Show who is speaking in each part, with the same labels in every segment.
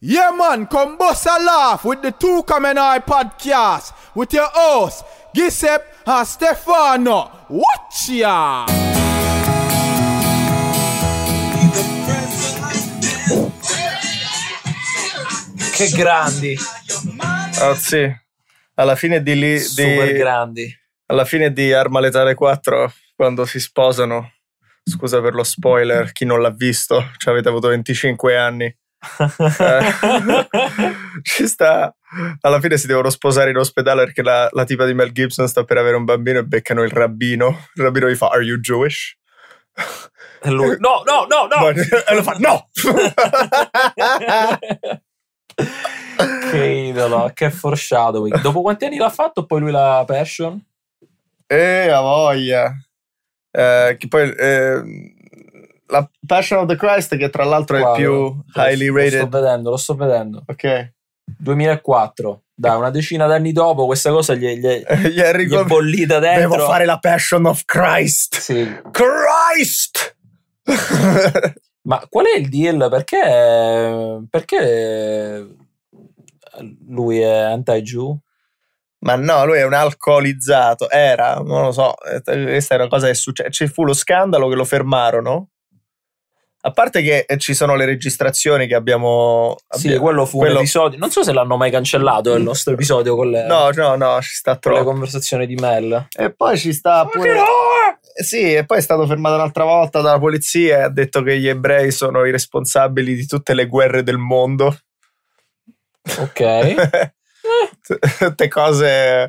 Speaker 1: Yeah, man, come bust a laugh with the Two Common Eye podcast with your hosts, Gisep and Stefano. Watch ya!
Speaker 2: Che grandi,
Speaker 3: Anzi, Ah, alla fine di lì.
Speaker 2: super
Speaker 3: Di,
Speaker 2: grandi.
Speaker 3: alla fine di Arma Letale 4, quando si sposano. Scusa per lo spoiler, chi non l'ha visto, cioè avete avuto 25 anni. Eh, ci sta. Alla fine si devono sposare in ospedale perché la, la tipa di Mel Gibson sta per avere un bambino e beccano il rabbino. Il rabbino gli fa: Are you Jewish?
Speaker 2: E lui, no, no, no, no.
Speaker 3: E lo fa: No!
Speaker 2: che idolo, che foreshadowing. Dopo quanti anni l'ha fatto poi lui la Passion?
Speaker 3: Eh, la voglia. Eh, che poi eh, la Passion of the Christ, che tra l'altro è
Speaker 2: Guarda,
Speaker 3: più
Speaker 2: lo-
Speaker 3: highly
Speaker 2: Lo
Speaker 3: rated.
Speaker 2: sto vedendo, lo sto vedendo.
Speaker 3: Ok.
Speaker 2: 2004. Dai, una decina d'anni dopo questa cosa gli, gli-
Speaker 3: Gli è
Speaker 2: gli è
Speaker 3: ricom-
Speaker 2: bollita dentro.
Speaker 3: Eh, Devo fare la Passion of Christ.
Speaker 2: Sì.
Speaker 3: Christ!
Speaker 2: Ma qual è il deal? Perché, perché lui è anti-Jew?
Speaker 3: Ma no, lui è un alcolizzato. Era, non lo so, eh, questa è una cosa che è successa. Ci fu lo scandalo che lo fermarono. A parte che eh, ci sono le registrazioni che abbiamo.
Speaker 2: Sì,
Speaker 3: abbiamo-
Speaker 2: quello fu un
Speaker 3: quello- Mm.
Speaker 2: episodio. Non so se l'hanno mai cancellato il nostro episodio con le,
Speaker 3: No, no, no, ci sta
Speaker 2: con le
Speaker 3: troppo.
Speaker 2: conversazioni di Mel.
Speaker 3: E poi ci sta pure. Sì, e poi è stato fermato un'altra volta dalla polizia e ha detto che gli ebrei sono i responsabili di tutte le guerre del mondo.
Speaker 2: Ok.
Speaker 3: Tutte cose.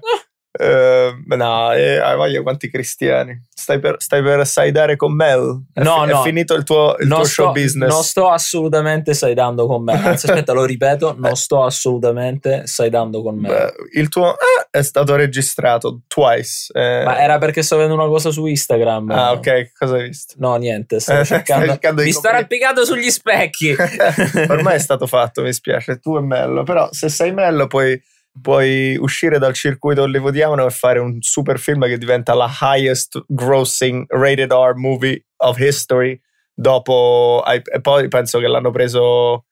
Speaker 3: eh, no, eh, hai voglia quanti cristiani. Stai per, stai per saidare con Mel. È
Speaker 2: No,
Speaker 3: fi-
Speaker 2: no.
Speaker 3: È finito il tuo, il tuo
Speaker 2: sto,
Speaker 3: show business.
Speaker 2: non sto assolutamente saidando con me. Anzi, aspetta, lo ripeto, non sto assolutamente saidando con me.
Speaker 3: Eh. Beh, il tuo eh, è stato registrato twice. eh.
Speaker 2: Ma era perché sto vedendo una cosa su Instagram.
Speaker 3: Ah, ok, cosa hai visto?
Speaker 2: No, niente, stavo
Speaker 3: Eh, stai
Speaker 2: cercando.
Speaker 3: cercando di
Speaker 2: Mi sto
Speaker 3: coprire-
Speaker 2: arrampicato sugli specchi.
Speaker 3: Ormai è stato fatto, mi spiace. Tu e Mello, però se sei Mello puoi, puoi uscire dal circuito hollywoodiano e fare un super film che diventa la highest grossing rated R movie of history. Dopo, ai- e poi penso che l'hanno preso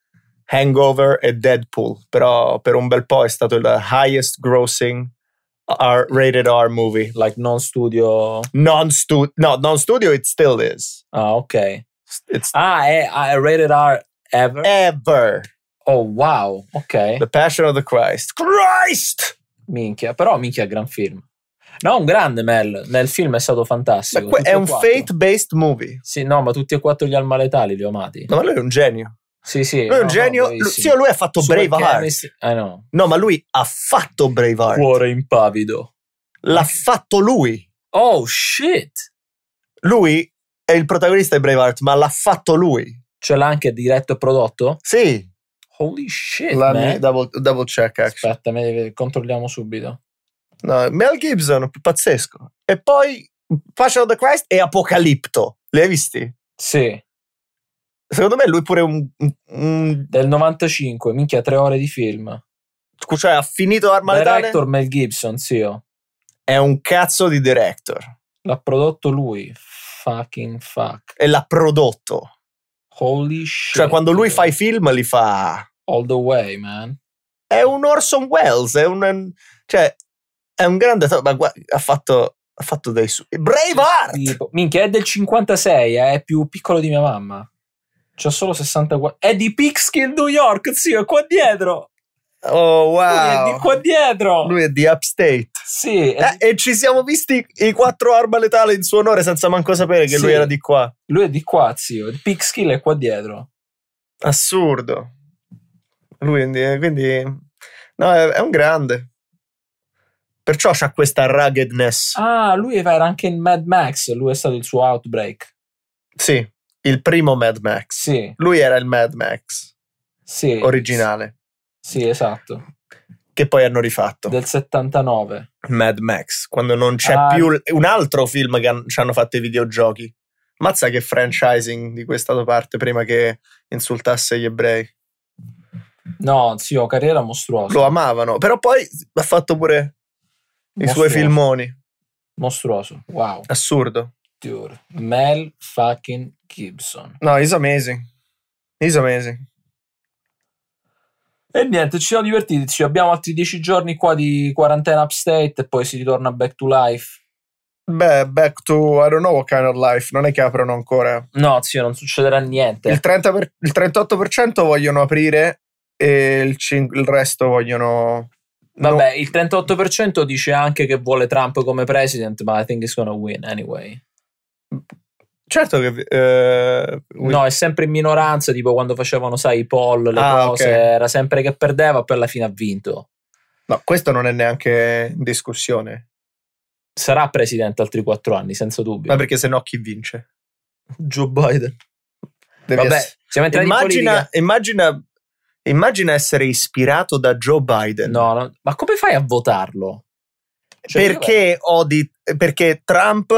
Speaker 3: Hangover e Deadpool, però per un bel po' è stato il highest grossing R, rated R movie.
Speaker 2: like, non studio.
Speaker 3: Non studio, no, non studio, it still is.
Speaker 2: Ah, ok.
Speaker 3: It's
Speaker 2: Ah, è, ah, è rated R ever.
Speaker 3: ever
Speaker 2: Oh, wow. Ok.
Speaker 3: Eh. The Passion of the Christ. Christ!
Speaker 2: Minchia, però minchia, gran film. No, un grande Mel. Nel film è stato
Speaker 3: Ma
Speaker 2: fantastico.
Speaker 3: Cioè, que-
Speaker 2: tutti
Speaker 3: è
Speaker 2: e
Speaker 3: un
Speaker 2: Cioè, quattro.
Speaker 3: fate-based movie.
Speaker 2: Sì, no, ma tutti e quattro gli almaletali li ho amati.
Speaker 3: No, ma lui è un genio.
Speaker 2: Sì, sì.
Speaker 3: Lui è un
Speaker 2: no, no,
Speaker 3: genio. Lu-
Speaker 2: bravissimi.
Speaker 3: Zio, lui ha fatto
Speaker 2: Super
Speaker 3: Braveheart.
Speaker 2: chemistry- Eh no.
Speaker 3: No, ma lui ha fatto Braveheart.
Speaker 2: Cuore impavido.
Speaker 3: L'ha fatto lui.
Speaker 2: Oh shit!
Speaker 3: Lui è il protagonista di Braveheart, ma l'ha fatto lui.
Speaker 2: Ce l'ha anche diretto e prodotto?
Speaker 3: Sì.
Speaker 2: Holy shit!
Speaker 3: L'anni-
Speaker 2: Man.
Speaker 3: double, double check, ecco.
Speaker 2: Eh,
Speaker 3: actually.
Speaker 2: Aspetta, me- controlliamo subito.
Speaker 3: No, Mel Gibson, pazzesco. E poi Passion of the Christ e Apocalipto. Li hai visti?
Speaker 2: Sì,
Speaker 3: Secondo me lui pure un... un- un-
Speaker 2: del 95, minchia, tre ore di film.
Speaker 3: cioè, ha finito Arma Letale.
Speaker 2: Director Mel Gibson, zio.
Speaker 3: È un cazzo di director.
Speaker 2: L'ha prodotto lui. Fucking fuck.
Speaker 3: E l'ha prodotto.
Speaker 2: Holy shit.
Speaker 3: Cioè, quando lui fa i film, li fa.
Speaker 2: All the way, man.
Speaker 3: È un Orson Welles, è un. Cioè, è un grande. attore, Ma gua- ha fatto. Ha fatto dei. Su- Braveheart!
Speaker 2: Tipo, minchia, è del 56, eh, è più piccolo di mia mamma. C'ha solo 64. È di Pixkill, New York, zio, è qua dietro.
Speaker 3: Oh,
Speaker 2: Lui è di qua
Speaker 3: wow!
Speaker 2: dietro.
Speaker 3: Lui è di Upstate.
Speaker 2: Sì, è
Speaker 3: Eh, e ci siamo visti i quattro arma letali in suo onore senza manco sapere che
Speaker 2: Sì.
Speaker 3: lui era di qua.
Speaker 2: di- lui è di qua, zio. Il Pixkill è qua dietro.
Speaker 3: Assurdo. Lui, quindi. quindi- No, è, è un grande. Perciò c'ha questa ruggedness.
Speaker 2: Ah, lui era anche in Mad Max, lui è stato il suo outbreak.
Speaker 3: Sì, il primo Mad Max.
Speaker 2: Sì,
Speaker 3: Lui era il Mad Max
Speaker 2: sì.
Speaker 3: originale.
Speaker 2: Sì, esatto.
Speaker 3: che poi hanno rifatto
Speaker 2: Del 79.
Speaker 3: Mad Max quando non c'è
Speaker 2: Ah.
Speaker 3: più l- un altro film che han- ci hanno fatto i videogiochi mazza che franchising di cui è stato parte prima che insultasse gli ebrei
Speaker 2: No, zio, carriera mostruosa.
Speaker 3: lo amavano però poi ha fatto pure i
Speaker 2: Mostruoso.
Speaker 3: suoi filmoni
Speaker 2: Mostruoso. Wow.
Speaker 3: assurdo
Speaker 2: Dude. Mel fucking Gibson.
Speaker 3: no he's amazing he's amazing
Speaker 2: E niente, ci siamo divertiti. Ci abbiamo altri dieci giorni qua di quarantena upstate e poi si ritorna back to life.
Speaker 3: Beh, back to I don't know what kind of life. Non è che aprono ancora.
Speaker 2: No, zio, non succederà niente.
Speaker 3: Il, 30 per- il 38% vogliono aprire e il, cin- il resto vogliono. no.
Speaker 2: Vabbè, il 38% dice anche che vuole Trump come president, ma I think he's gonna win anyway.
Speaker 3: Certo che. eh,
Speaker 2: No, è sempre in minoranza, tipo quando facevano, sai, i poll, le
Speaker 3: Ah,
Speaker 2: cose,
Speaker 3: ok.
Speaker 2: era sempre che perdeva, poi alla fine ha vinto.
Speaker 3: no, questo non è neanche in discussione.
Speaker 2: Sarà presidente altri quattro anni, senza dubbio.
Speaker 3: Ma perché sennò chi vince?
Speaker 2: Joe Biden.
Speaker 3: Devi
Speaker 2: Vabbè,
Speaker 3: ess-
Speaker 2: siamo entrati in
Speaker 3: immagina,
Speaker 2: politica.
Speaker 3: immagina, immagina essere ispirato da Joe Biden.
Speaker 2: No, no, ma come fai a votarlo? Cioè,
Speaker 3: perché odi perché Trump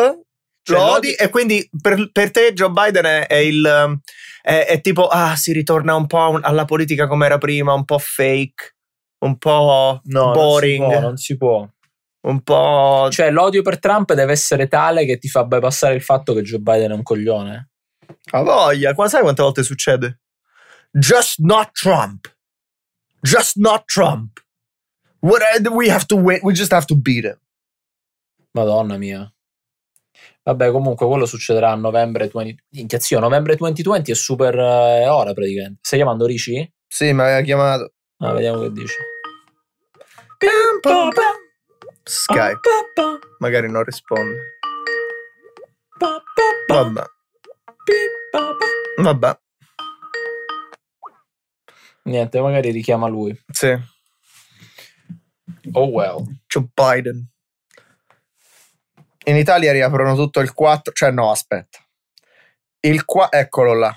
Speaker 2: Cioè,
Speaker 3: lo
Speaker 2: lo
Speaker 3: odi
Speaker 2: odi-
Speaker 3: e quindi per, per te Joe Biden è, è il um, è, è tipo ah si ritorna un po' a un- alla politica come era prima un po' fake un po'
Speaker 2: No, non si
Speaker 3: boring
Speaker 2: può, non si può.
Speaker 3: un po'
Speaker 2: Cioè, l'odio per Trump deve essere tale che ti fa bypassare il fatto che Joe Biden è un coglione.
Speaker 3: a voglia qua sai quante volte succede just not Trump just not Trump What I- we have to win we just have to beat him
Speaker 2: Madonna mia. Vabbè, comunque quello succederà a novembre 20... Minchia, zio, novembre 2020 è super eh, ora praticamente. Stai chiamando Ricci?
Speaker 3: sì mi aveva chiamato
Speaker 2: Ah, vediamo che dice.
Speaker 3: Skype magari non risponde vabbè vabbè
Speaker 2: Niente, magari richiama lui.
Speaker 3: sì
Speaker 2: Oh well.
Speaker 3: Joe Biden. In Italia riaprono tutto il 4, cioè no, aspetta. Il qua, eccolo là.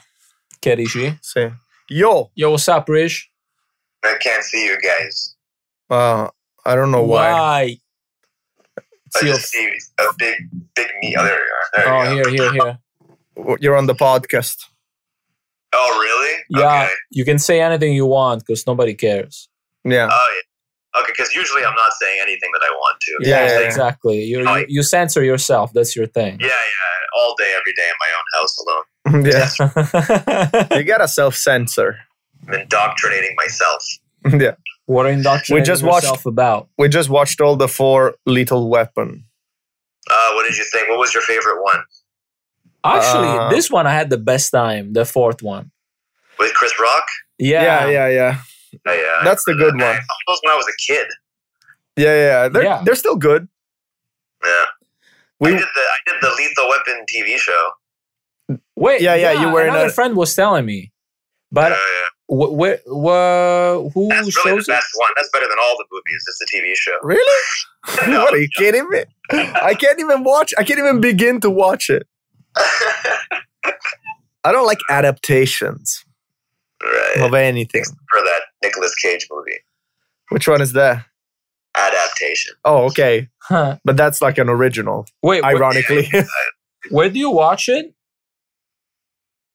Speaker 2: Che Ricci?
Speaker 3: Sì. Yo,
Speaker 2: Yo, what's up, Rich?
Speaker 4: I can't see you guys.
Speaker 3: uh, I don't
Speaker 4: Oh,
Speaker 3: know why.
Speaker 2: Why?
Speaker 4: I
Speaker 2: Zio.
Speaker 4: just see a big, big meat. Oh, there you are. There
Speaker 2: Oh,
Speaker 4: you go.
Speaker 2: here, here, here.
Speaker 3: You're on the podcast.
Speaker 4: Oh, really?
Speaker 2: Yeah,
Speaker 4: Okay.
Speaker 2: you can say anything you want because nobody cares.
Speaker 3: Yeah.
Speaker 4: Oh, yeah. Okay, because usually I'm not saying anything that I want to.
Speaker 3: Yeah, yeah, yeah.
Speaker 2: exactly. You, you
Speaker 4: Right.
Speaker 2: you censor yourself. That's your thing.
Speaker 4: Yeah, yeah. All day, every day in my own house alone.
Speaker 3: yeah. You gotta self censor.
Speaker 4: I'm indoctrinating myself.
Speaker 3: Yeah.
Speaker 2: what are indoctrinating
Speaker 3: just watched-
Speaker 2: yourself about?
Speaker 3: We just watched all the four Little Weapon.
Speaker 4: Uh, what did you think? What was your favorite one?
Speaker 2: Actually,
Speaker 3: Uh,
Speaker 2: this one I had the best time. The fourth one.
Speaker 4: With Chris Rock?
Speaker 2: Yeah,
Speaker 3: Yeah, yeah, yeah.
Speaker 4: Oh, yeah.
Speaker 3: That's the good
Speaker 4: I
Speaker 3: one.
Speaker 4: saw those when I was a kid.
Speaker 3: Yeah, yeah. They're,
Speaker 2: Yeah.
Speaker 3: they're still good.
Speaker 4: Yeah. I
Speaker 3: We,
Speaker 4: did the I did the Lethal Weapon TV show.
Speaker 2: Wait,
Speaker 3: Yeah, yeah, you were in
Speaker 2: another
Speaker 3: a-
Speaker 2: friend was telling me,
Speaker 4: Yeah,
Speaker 2: but
Speaker 4: yeah.
Speaker 2: wh- where, wh- who
Speaker 4: That's really the
Speaker 2: shows it?
Speaker 4: best one. That's better than all the movies. It's the TV show.
Speaker 3: really? what are you kidding me? I can't even watch. I can't even begin to watch it. I don't like adaptations
Speaker 4: right.
Speaker 3: of anything.
Speaker 4: for that Nicolas Cage movie
Speaker 3: Which one is that?
Speaker 4: adaptation.
Speaker 3: Oh, okay.
Speaker 2: Huh.
Speaker 3: But that's like an original,
Speaker 2: Wait, where,
Speaker 3: ironically.
Speaker 2: where do you watch it?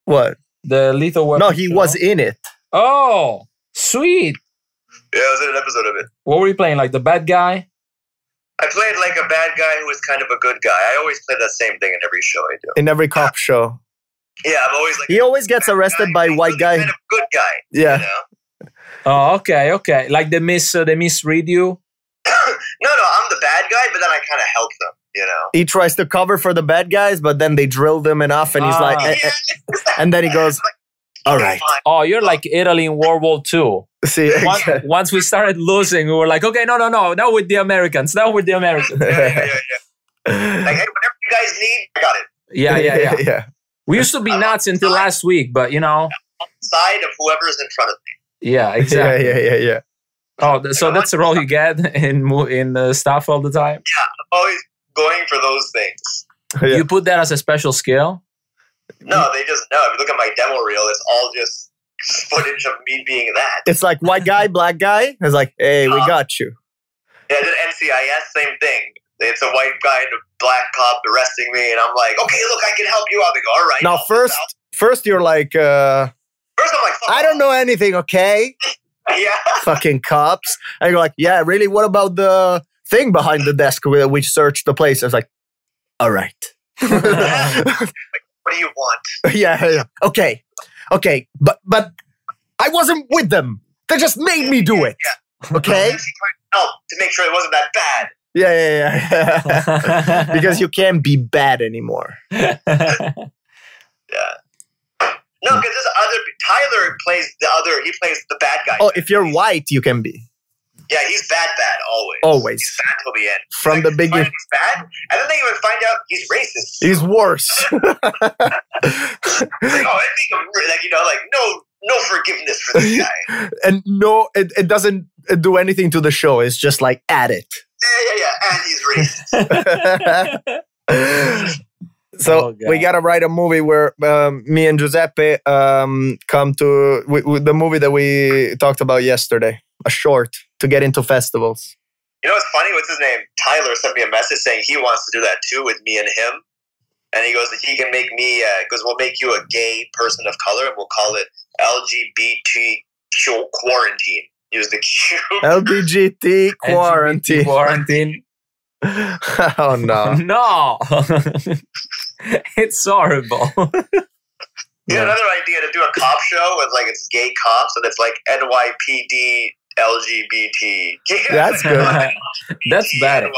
Speaker 3: what?
Speaker 2: The Lethal Weapon.
Speaker 3: No, he
Speaker 2: show?
Speaker 3: was in it.
Speaker 2: Oh, sweet.
Speaker 4: Yeah, I was in an episode of it.
Speaker 2: What were you playing? Like the bad guy?
Speaker 4: I played like a bad guy who was kind of a good guy. I always play that same thing in every show I do.
Speaker 3: In every cop show.
Speaker 4: Yeah, I'm always like
Speaker 3: He always gets arrested by
Speaker 4: who's
Speaker 3: white guy.
Speaker 4: Kind of good guy. You
Speaker 3: Yeah.
Speaker 4: know?
Speaker 2: Oh, okay, okay. Like they miss, uh, they misread you.
Speaker 4: No, no, I'm the bad guy, but then I kind of help them. You know.
Speaker 3: He tries to cover for the bad guys, but then they drill them enough and he's
Speaker 2: Ah.
Speaker 3: like eh, eh, and then he goes, All right.
Speaker 4: Fine.
Speaker 2: Oh, you're like Italy in World War II.
Speaker 3: See
Speaker 2: Once, once we started losing, we were like, okay, no, no, no, now with the Americans, now with the Americans.
Speaker 4: Yeah, yeah, yeah, yeah. Like, hey, whatever you guys need, I got it.
Speaker 2: Yeah, yeah, yeah.
Speaker 3: yeah.
Speaker 2: We used to be nuts until last week, but you know,
Speaker 4: Side of whoever's in front of me.
Speaker 2: yeah,
Speaker 3: Yeah,
Speaker 2: exactly.
Speaker 3: yeah, yeah, yeah.
Speaker 2: Oh, th- so that's the role you get in mo- in uh, stuff all the time.
Speaker 4: I'm always going for those things.
Speaker 3: Yeah.
Speaker 2: You put that as a special skill.
Speaker 4: No, they just know. If you look at my demo reel, it's all just footage of me being that.
Speaker 3: It's like white guy, black guy. It's like, hey,
Speaker 4: Uh,
Speaker 3: we got you.
Speaker 4: Yeah, I did NCIS, same thing. It's a white guy and a black cop arresting me, and I'm like, okay, look, I can help you out. They go, all right.
Speaker 3: Now
Speaker 4: I'll help
Speaker 3: first
Speaker 4: out."
Speaker 3: first you're like uh
Speaker 4: first I'm like, fuck
Speaker 3: I don't know anything, okay?
Speaker 4: off. Yeah,
Speaker 3: fucking cops. And you're like, yeah, really? What about the thing behind the desk where we searched the place? I was like, all right. yeah,
Speaker 4: what do you want?
Speaker 3: yeah, yeah. Okay. Okay. But but I wasn't with them. They just made me do it.
Speaker 4: I was
Speaker 3: Okay?
Speaker 4: actually trying to help to make sure it wasn't that bad.
Speaker 3: Yeah, yeah, yeah. because you can't be bad anymore.
Speaker 4: No,
Speaker 3: Hmm.
Speaker 4: because this other Tyler plays the other. He plays the bad guy.
Speaker 3: Oh, if you're white, you can be.
Speaker 4: Yeah, he's bad, bad always.
Speaker 3: Always.
Speaker 4: he's bad till the end.
Speaker 3: From
Speaker 4: Like,
Speaker 3: the
Speaker 4: they find
Speaker 3: beginning,
Speaker 4: he's bad, and then they even find out he's racist.
Speaker 3: he's worse.
Speaker 4: like, oh, I think I'm, like you know, like no, no forgiveness for this guy.
Speaker 3: and no, it, it doesn't do anything to the show. It's just like at it.
Speaker 4: yeah, yeah, yeah, and he's racist.
Speaker 3: so
Speaker 2: Oh,
Speaker 3: we
Speaker 2: God.
Speaker 3: gotta write a movie where um, me and Giuseppe um, come to we, we, the movie that we talked about yesterday, a short to get into festivals.
Speaker 4: You know what's funny? What's his name? Tyler sent me a message saying he wants to do that too with me and him. And he goes, he can make me, uh, goes, we'll make you a gay person of color and we'll call it LGBTQ quarantine. Use the Q.
Speaker 3: LBGT quarantine.
Speaker 2: Quarantine.
Speaker 3: oh no!
Speaker 2: No. it's horrible.
Speaker 4: You know, another idea to do a cop show with like it's gay cops and it's like NYPD LGBT.
Speaker 3: That's good.
Speaker 2: That's better.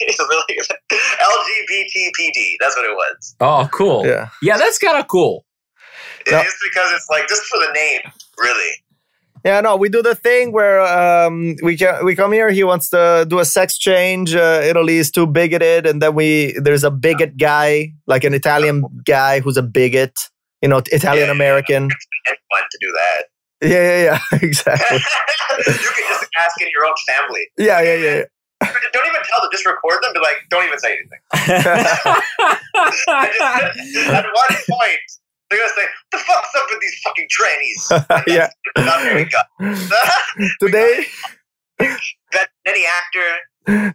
Speaker 4: It's really- LGBTPD. That's what it was.
Speaker 2: Oh, cool. Yeah,
Speaker 3: Yeah.
Speaker 2: that's kind of cool.
Speaker 4: It's
Speaker 3: No.
Speaker 4: because it's like just for the name, really.
Speaker 3: Yeah, no, we do the thing where um, we can, we come here. He wants to do a sex change. Uh, Italy is too bigoted, and then we there's a bigot guy, like an Italian guy who's a bigot. You know, Italian American.
Speaker 4: Anyone to do that.
Speaker 3: Yeah, yeah, yeah, exactly.
Speaker 4: you can just ask in your own family.
Speaker 3: Yeah, yeah, yeah.
Speaker 4: Don't even tell them. Just record them. Be like, don't even say anything. At one point, they're gonna say, "The fuck's up with these fucking trannies?"
Speaker 3: Yeah.
Speaker 4: Not very good.
Speaker 3: Today,
Speaker 4: that any actor.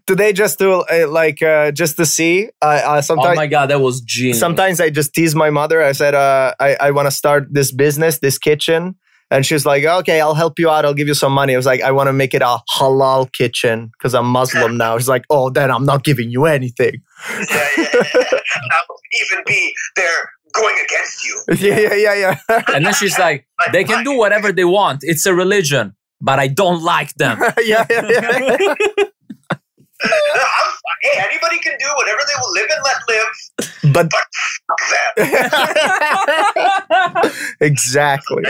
Speaker 3: today, just to uh, like, uh, just to see. Uh, uh,
Speaker 2: oh
Speaker 3: sometimes,
Speaker 2: my god, that was genius.
Speaker 3: sometimes I just tease my mother. I said, uh, I, I want to start this business, this kitchen. And she's like, okay, I'll help you out. I'll give you some money. I was like, I want to make it a halal kitchen because I'm Muslim now. She's like, oh, then I'm not giving you anything.
Speaker 4: Yeah, yeah, yeah. I will even be there going against you.
Speaker 3: yeah, yeah, yeah, yeah.
Speaker 2: and then she's like,
Speaker 4: Like,
Speaker 2: they can do whatever they want. It's a religion, but I don't like them.
Speaker 3: yeah, yeah, yeah.
Speaker 4: I'm, hey, anybody can do whatever they will live and let live.
Speaker 3: But
Speaker 4: Fuck them.
Speaker 3: exactly.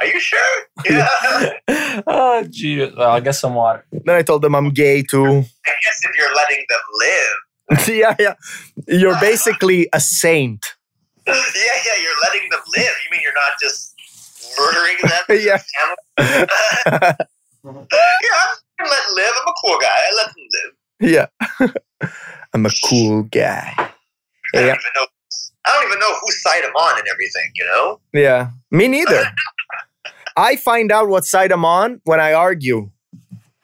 Speaker 4: Are you sure? Yeah.
Speaker 2: oh, gee. Well, I'll get some water.
Speaker 3: Then I told them I'm gay too.
Speaker 4: I guess if you're letting them live.
Speaker 3: yeah, yeah. You're basically a saint.
Speaker 4: yeah, yeah, you're letting them live. You mean you're not just murdering them?
Speaker 3: yeah.
Speaker 4: yeah, I'm let live. I'm a cool guy. I let them live.
Speaker 3: Yeah. I'm a cool guy.
Speaker 4: I don't
Speaker 3: Yeah.
Speaker 4: even know. I don't even know whose side I'm on and everything. You know?
Speaker 3: Yeah. Me neither. I find out what side I'm on when I argue.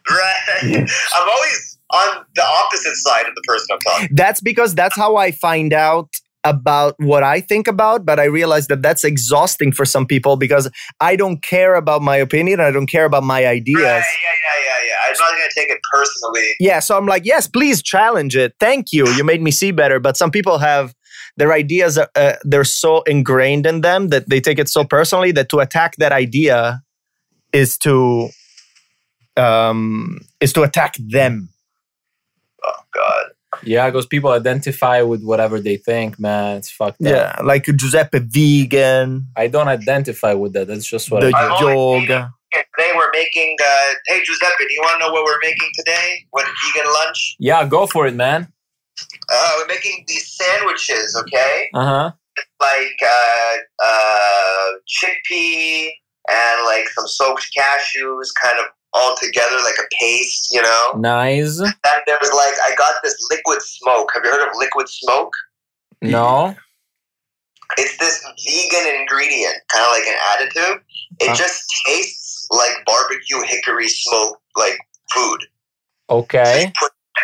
Speaker 4: Right? I'm always on the opposite side of the person I'm talking.
Speaker 3: That's because that's how I find out about what I think about, but I realize that that's exhausting for some people because I don't care about my opinion. I don't care about my
Speaker 4: Right,
Speaker 3: ideas.
Speaker 4: yeah, yeah, yeah, yeah. I'm not gonna take it personally.
Speaker 3: Yeah. So I'm like, yes, please challenge it. Thank you. You made me see better. But some people have their ideas, are, uh, they're so ingrained in them that they take it so personally that to attack that idea is to um is to attack them
Speaker 4: Oh God.
Speaker 2: Yeah, because people identify with whatever they think, man. It's fucked up.
Speaker 3: yeah like giuseppe vegan
Speaker 2: I don't identify with that. That's just what
Speaker 3: the
Speaker 2: I
Speaker 4: I'm only
Speaker 3: yoga
Speaker 4: And today we're making. Uh, hey Giuseppe, do you want to know what we're making today? What vegan lunch?
Speaker 2: Yeah, go for it, man.
Speaker 4: Uh, we're making these sandwiches. Okay.
Speaker 2: Uh huh.
Speaker 4: like uh, uh, chickpea and like some soaked cashews kind of all together like a paste, you
Speaker 2: Mm-hmm.
Speaker 4: know?
Speaker 2: Nice.
Speaker 4: And there was like, I got this liquid smoke. Have you heard of liquid smoke?
Speaker 2: No.
Speaker 4: It's this vegan ingredient, kind of like an additive. It
Speaker 2: Huh.
Speaker 4: just tastes like barbecue hickory smoke, like food
Speaker 2: Okay.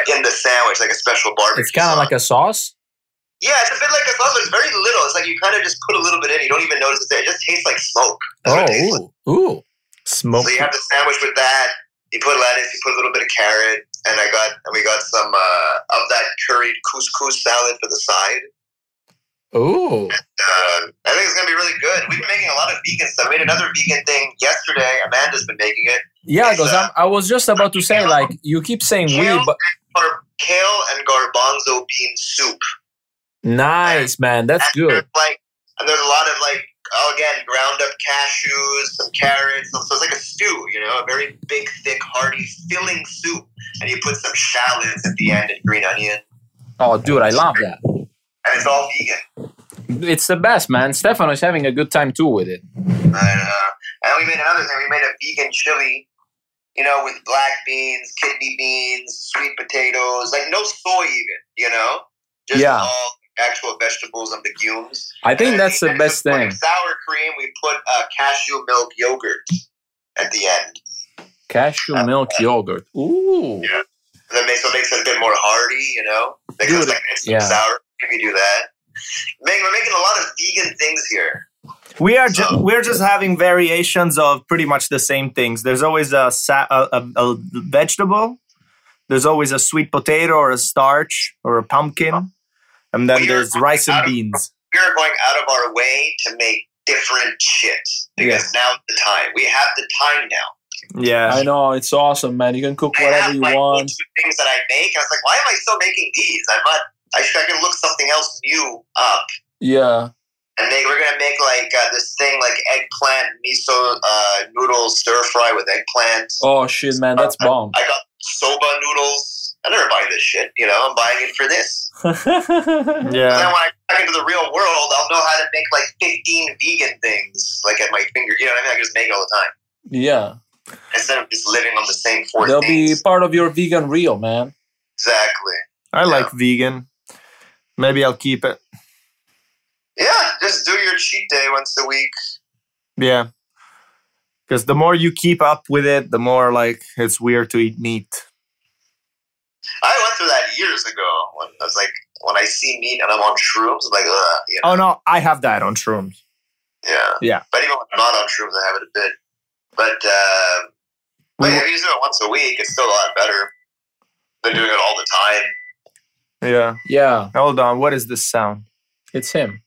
Speaker 4: in the sandwich, like a special barbecue.
Speaker 2: It's kind of
Speaker 4: sauce.
Speaker 2: like a sauce.
Speaker 4: Yeah, it's a bit like a sauce, but it's very little. It's like you kind of just put a little bit in. You don't even notice it's there. It just tastes like smoke. That's what it tastes like.
Speaker 2: Oh, ooh, ooh.
Speaker 3: smoke
Speaker 4: So you have the sandwich with that. You put lettuce. You put a little bit of carrot, and I got and we got some uh, of that curried couscous salad for the side.
Speaker 2: Ooh.
Speaker 4: uh, I think it's gonna be really good. We've been making a lot of vegan stuff. We made another vegan thing yesterday. Amanda's been making it.
Speaker 2: Yeah,
Speaker 4: It's,
Speaker 2: because
Speaker 4: uh,
Speaker 2: I was just about to say, like, you keep saying we,
Speaker 4: Kale,
Speaker 2: but
Speaker 4: Or kale and garbanzo bean soup.
Speaker 2: nice, man. That's
Speaker 4: And
Speaker 2: good.
Speaker 4: there's, Like, and there's a lot of like, oh, again, ground up cashews, some carrots. So it's like a stew, you know, a very big, thick, hearty, filling soup. And you put some shallots at the end and green onion,
Speaker 2: Oh, dude, I love that.
Speaker 4: and it's all vegan.
Speaker 2: It's the best, man. Stefano is having a good time too with it.
Speaker 4: And, uh, and we made another thing. We made a vegan chili, you know, with black beans, kidney beans, sweet potatoes, like no soy even, you know, just
Speaker 2: Yeah.
Speaker 4: all actual vegetables and legumes.
Speaker 2: I think
Speaker 4: And at
Speaker 2: that's the
Speaker 4: end
Speaker 2: best
Speaker 4: of putting
Speaker 2: thing.
Speaker 4: Sour cream. We put uh, cashew milk yogurt at the end.
Speaker 2: Cashew milk yogurt. Ooh.
Speaker 4: Yeah. And that makes it makes it a bit more hearty, you know. Makes it
Speaker 2: Dude,
Speaker 4: like instant
Speaker 2: yeah.
Speaker 4: sour. cream. you do that, Man, we're making a lot of vegan things here.
Speaker 3: We are ju- we're just having variations of pretty much the same things. There's always a, sa- a, a, a vegetable. There's always a sweet potato or a starch or a pumpkin, and then
Speaker 4: We are
Speaker 3: there's rice
Speaker 4: out
Speaker 3: and
Speaker 4: of-
Speaker 3: beans.
Speaker 4: We're going out of our way to make different shit because now's the time. We have the time now.
Speaker 3: Yeah,
Speaker 2: I know, it's awesome, man. You can cook
Speaker 4: I
Speaker 2: whatever
Speaker 4: have
Speaker 2: you
Speaker 4: my
Speaker 2: want.
Speaker 4: go-to things that I make. I was like, why am I still making these? I'm not. I should. I can look something else new up.
Speaker 2: Yeah.
Speaker 4: and they we're gonna make like uh, this thing like eggplant miso uh, noodles stir fry with eggplant.
Speaker 2: Oh shit, man, that's bomb.
Speaker 4: I got soba noodles. I never buy this shit. You know, I'm buying it for this. And
Speaker 3: yeah.
Speaker 4: then when I get back into the real world, I'll know how to make like 15 vegan things like at my finger. You know what I mean? I can just make it all the time
Speaker 2: yeah.
Speaker 4: instead of just living on the same 4
Speaker 2: They'll be
Speaker 4: things.
Speaker 2: part of your vegan reel, man.
Speaker 4: Exactly.
Speaker 3: I like vegan. Maybe I'll keep it.
Speaker 4: Yeah, just do your cheat day once a week.
Speaker 3: Yeah, because the more you keep up with it, the more like it's weird to eat meat.
Speaker 4: I went through that years ago when I was like, when I see meat and I'm on shrooms, I'm like, ugh, you know?
Speaker 3: Oh no, I have that on shrooms.
Speaker 4: Yeah.
Speaker 3: Yeah.
Speaker 4: But even when I'm not on shrooms, I have it a bit. But, uh, but if you do it once a week, it's still a lot better than doing it all the time.
Speaker 3: Yeah.
Speaker 2: Yeah,
Speaker 3: Hold on. What is this sound?
Speaker 2: it's him.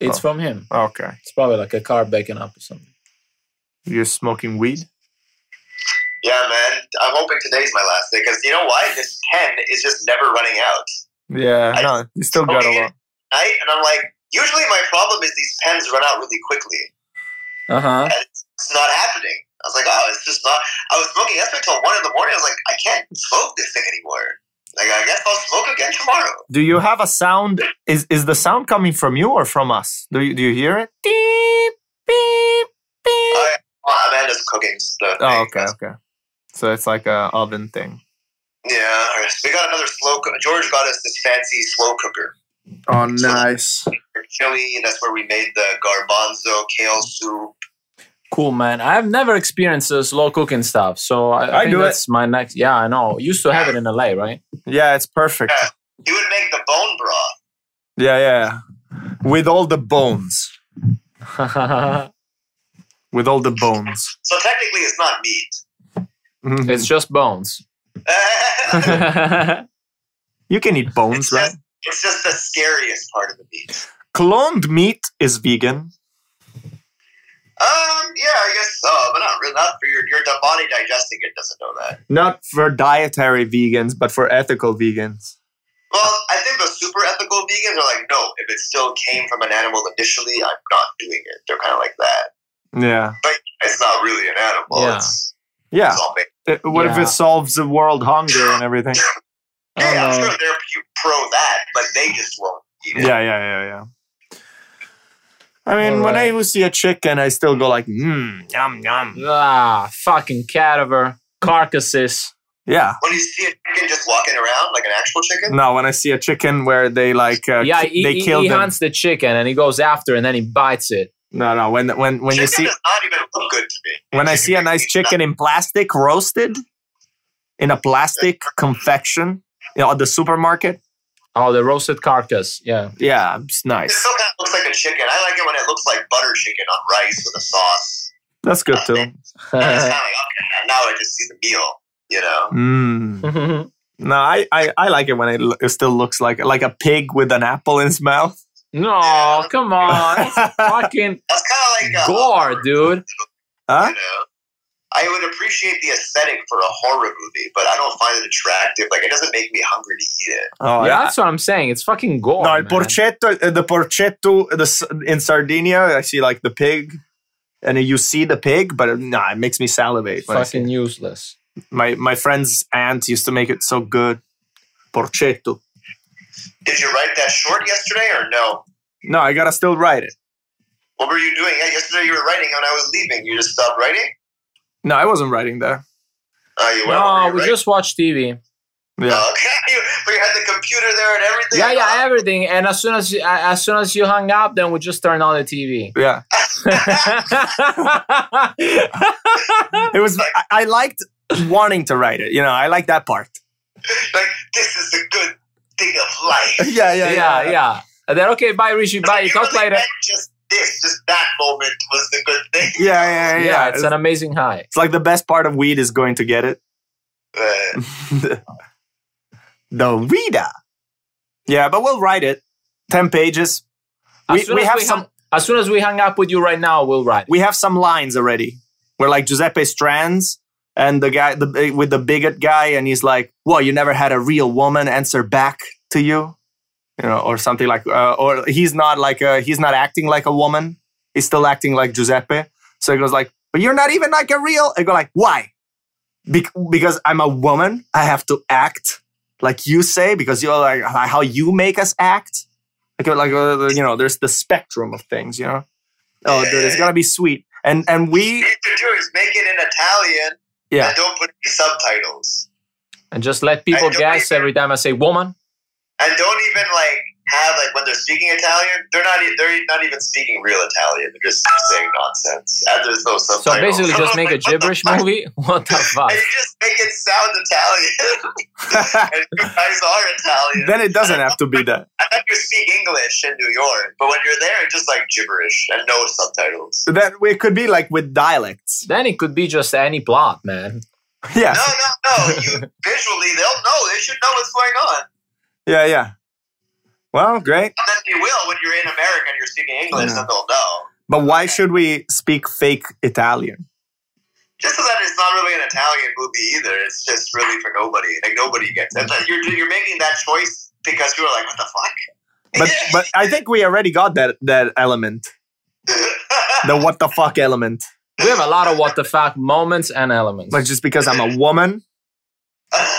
Speaker 2: It's
Speaker 3: Oh.
Speaker 2: from him.
Speaker 3: Okay.
Speaker 2: It's probably like a car backing up or something.
Speaker 3: You're smoking weed.
Speaker 4: Yeah, man. I'm hoping today's my last day because you know why? This 10 is just never running out.
Speaker 3: Yeah.
Speaker 4: I-
Speaker 3: no, you still got a
Speaker 4: Okay.
Speaker 3: lot.
Speaker 4: Right? And I'm like, usually my problem is these pens run out really quickly.
Speaker 2: Uh
Speaker 3: Uh-huh.
Speaker 2: huh.
Speaker 4: It's not happening. I was like, oh, it's just not. I was smoking yesterday till 1 in the morning. I was like, I can't smoke this thing anymore. Like, I guess I'll smoke again tomorrow.
Speaker 3: Do you have a sound? Is is the sound coming from you or from us? Do you do you hear it? Beep, beep, beep.
Speaker 4: I, well, Amanda's cooking stuff.
Speaker 3: Oh, okay, okay. So it's like a oven thing.
Speaker 4: Yeah, we got another slow. Co- George got us this fancy slow cooker
Speaker 3: Oh,
Speaker 4: nice. for chili, and that's where we made the garbanzo kale soup.
Speaker 2: Cool, man. I've never experienced uh, slow cooking stuff, so I, I,
Speaker 3: I
Speaker 2: think
Speaker 3: do it.
Speaker 2: that's my next. Yeah, I know. Used to have it in LA, right?
Speaker 3: Yeah, it's perfect.
Speaker 4: He would make the bone broth.
Speaker 3: Yeah, yeah. With all the bones. With all the bones.
Speaker 4: So technically, it's not meat.
Speaker 3: Mhm.
Speaker 2: it's just bones.
Speaker 4: it's
Speaker 3: you can eat bones,
Speaker 4: just-
Speaker 3: right?
Speaker 4: it's just the scariest part of the meat.
Speaker 3: Cloned meat is vegan.
Speaker 4: Um, yeah, I guess so, but not really. Not for your your the body digesting it doesn't know that.
Speaker 3: Not for dietary vegans, but for ethical vegans.
Speaker 4: Well, I think the super ethical vegans are like, no, if it still came from an animal initially, I'm not doing it. They're kind of like that.
Speaker 3: Yeah.
Speaker 4: It's not really an animal.
Speaker 2: Yeah.
Speaker 4: It's,
Speaker 3: Yeah.
Speaker 4: it's all made
Speaker 3: Uh, What if
Speaker 2: Yeah.
Speaker 3: it solves the world hunger and everything?
Speaker 2: I don't
Speaker 4: Yeah, I'm
Speaker 2: know.
Speaker 4: sure they're p- pro that, but they just won't eat it.
Speaker 3: Yeah, yeah, yeah, yeah. I mean, when I
Speaker 2: Alright.
Speaker 3: would see a chicken, I still go like, mmm, yum, yum.
Speaker 2: ah, fucking cadaver carcasses.
Speaker 3: Yeah.
Speaker 4: When you see a chicken just walking around like an actual chicken,
Speaker 3: No, when I see a chicken where they like, uh,
Speaker 2: yeah,
Speaker 3: ki-
Speaker 2: he,
Speaker 3: they
Speaker 2: he-
Speaker 3: kill
Speaker 2: he
Speaker 3: them.
Speaker 2: hunts the chicken and he goes after and then he bites it.
Speaker 3: no, no. When when Mm, when
Speaker 4: chicken
Speaker 3: you see
Speaker 4: does not even look good to me.
Speaker 3: when I see a nice chicken in plastic roasted, in a plastic confection, you know, at the supermarket.
Speaker 2: Oh, the roasted carcass. Yeah.
Speaker 3: Yeah, it's
Speaker 4: It
Speaker 3: nice.
Speaker 4: still kind of looks like a chicken. I like it when it looks like butter chicken on rice with a sauce.
Speaker 3: That's good too. Uh-huh.
Speaker 4: And it's kind of like, okay, now I just see the meal, you know?
Speaker 3: Mmm.
Speaker 2: yeah,
Speaker 3: No, I, I, I like it when it, l- it still looks like like a pig with an apple in its mouth.
Speaker 2: No, come on. That's fucking
Speaker 4: That's kind of like uh, a
Speaker 2: gore, dude.
Speaker 4: You
Speaker 3: Huh?
Speaker 4: know? I would appreciate the aesthetic for a horror movie, but I don't find it attractive. Like it doesn't make me hungry to eat it.
Speaker 3: Oh,
Speaker 2: yeah, that's what I'm saying. It's fucking gore.
Speaker 3: No,
Speaker 2: No,
Speaker 3: il porcetto, uh, the porcetto the, s- in Sardinia, I see like the pig, and you see the pig, but uh, nah, it makes me salivate. When I see
Speaker 2: fucking useless.
Speaker 3: it. My my friend's aunt used to make it so good. Porcetto.
Speaker 4: Did you write that short yesterday or no?
Speaker 3: No, I gotta still write it.
Speaker 4: What were you doing? Yeah, yesterday you were writing when I was leaving. You just stopped writing?
Speaker 3: No, I wasn't writing there.
Speaker 4: Oh, you were. were
Speaker 2: No,
Speaker 4: you
Speaker 2: we
Speaker 4: writing?
Speaker 2: just watch TV.
Speaker 3: Yeah.
Speaker 4: Oh, okay. You, but you had the computer there and everything.
Speaker 2: Yeah, yeah, everything. And as soon as you, as soon as you hung up, then we just turn on the TV.
Speaker 3: Yeah. It was I, I liked wanting to write it. You know, I like that part.
Speaker 4: Like this is the good thing of life.
Speaker 3: Yeah,
Speaker 2: yeah, yeah. And then okay, bye, Richie. Bye. You
Speaker 4: Like,
Speaker 2: talk
Speaker 4: really
Speaker 2: later.
Speaker 4: meant Just this, just that moment was the good thing.
Speaker 3: Yeah, yeah, yeah.
Speaker 2: Yeah, it's
Speaker 3: It's,
Speaker 2: an amazing high.
Speaker 3: it's like the best part of weed is going to get it.
Speaker 4: Uh,
Speaker 3: the reader. Yeah, but we'll write it. Ten pages.
Speaker 2: As
Speaker 3: We-
Speaker 2: soon
Speaker 3: we
Speaker 2: as
Speaker 3: have
Speaker 2: hung-
Speaker 3: some-
Speaker 2: as soon as we hang up with you right now, we'll write. it.
Speaker 3: We have some lines already. We're like Giuseppe Strands and the guy the, with the bigot guy, and he's like, "Well, you never had a real woman answer back to you," you know, or something like, uh, or he's not like a, he's not acting like a woman. He's still acting like Giuseppe. So he goes like, "But you're not even like a real." I go like, "Why?" Be- because I'm a woman. I have to act like you say because you're like how you make us act. Like, like uh, you know, there's the spectrum of things, you know. Oh, dude, it's gonna be sweet. And and we,
Speaker 4: what you do is make it in Italian.
Speaker 3: Yeah.
Speaker 4: And don't put any subtitles.
Speaker 2: And just let people
Speaker 4: I don't
Speaker 2: guess
Speaker 4: either.
Speaker 2: every time I say woman.
Speaker 4: And don't even like have like when they're speaking Italian, they're not e- they're not even speaking real Italian. They're just saying nonsense. And there's no
Speaker 2: So
Speaker 4: subtitles.
Speaker 2: basically, just make a
Speaker 4: What the
Speaker 2: gibberish
Speaker 4: fuck?
Speaker 2: movie. What the fuck?
Speaker 4: And you just make it sound Italian. and you guys are Italian.
Speaker 3: then it doesn't have to be that.
Speaker 4: I thought you speak English in New York, but when you're there, it's just like gibberish and no subtitles.
Speaker 3: So that it could be like with dialects.
Speaker 2: Then it could be just any plot, man.
Speaker 3: Yeah,
Speaker 4: No, no, no. You visually, they'll know. They should know what's going on.
Speaker 3: yeah, yeah. Well, great.
Speaker 4: And then they will when you're in America and you're speaking English,
Speaker 3: Yeah.
Speaker 4: then they'll know.
Speaker 3: But why should we speak fake Italian?
Speaker 4: Just so that it's not really an Italian movie either. It's just really for nobody. Like nobody gets it. But You're you're making that choice because you were like, what the fuck?
Speaker 3: But but I think we already got that that element, the what the fuck element.
Speaker 2: We have a lot of what the fuck moments and elements.
Speaker 3: Like just because I'm a woman,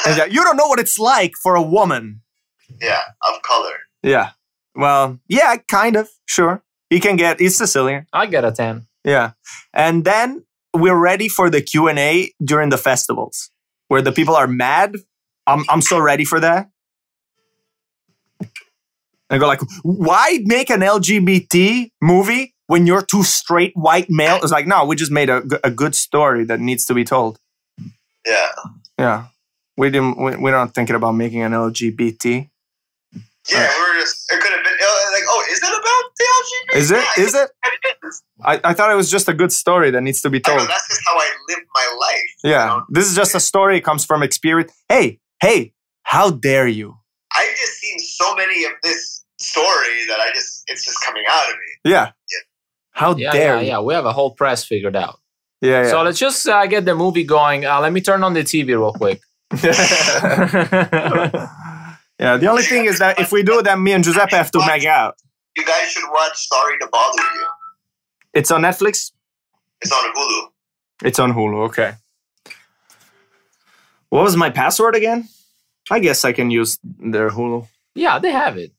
Speaker 3: and yeah, you don't know what it's like for a woman.
Speaker 4: yeah, of color.
Speaker 3: Yeah. Well, yeah, kind of. Sure, he can get. He's Sicilian.
Speaker 2: I get a ten.
Speaker 3: Yeah. And then we're ready for the Q&A during the festivals where the people are mad. I'm, I'm so ready for that. I go like, why make an LGBT movie when you're two straight white male? It's like, no, we just made a, g- a good story that needs to be told.
Speaker 4: Yeah.
Speaker 3: Yeah. We didn't, we, we're not thinking about making an LGBT.
Speaker 4: Yeah, we were just, it could have been uh, like, oh, is it about the LGBT?
Speaker 3: Is it? Is it?
Speaker 4: it is.
Speaker 3: I, I thought it was just a good story that needs to be
Speaker 4: I know,
Speaker 3: told.
Speaker 4: that's just how I live my life.
Speaker 3: Yeah.
Speaker 4: know?
Speaker 3: This is just a story. It comes from experience. Hey, hey, how dare you?
Speaker 4: I've just seen so many of this story that I just it's just coming out of me.
Speaker 3: Yeah. How
Speaker 2: Yeah,
Speaker 3: dare
Speaker 2: yeah,
Speaker 3: you?
Speaker 2: yeah. We have a whole press figured out.
Speaker 3: Yeah,
Speaker 2: So let's just uh, get the movie going. Uh, let me turn on the TV real quick.
Speaker 3: yeah. yeah. The only thing is that if we do that, me and Giuseppe have to make out.
Speaker 4: You guys should watch Sorry to Bother You.
Speaker 3: It's on Netflix.
Speaker 4: It's on Hulu.
Speaker 3: It's on Hulu. Okay. What was my password again? I guess I can use their Hulu.
Speaker 2: yeah, they have it.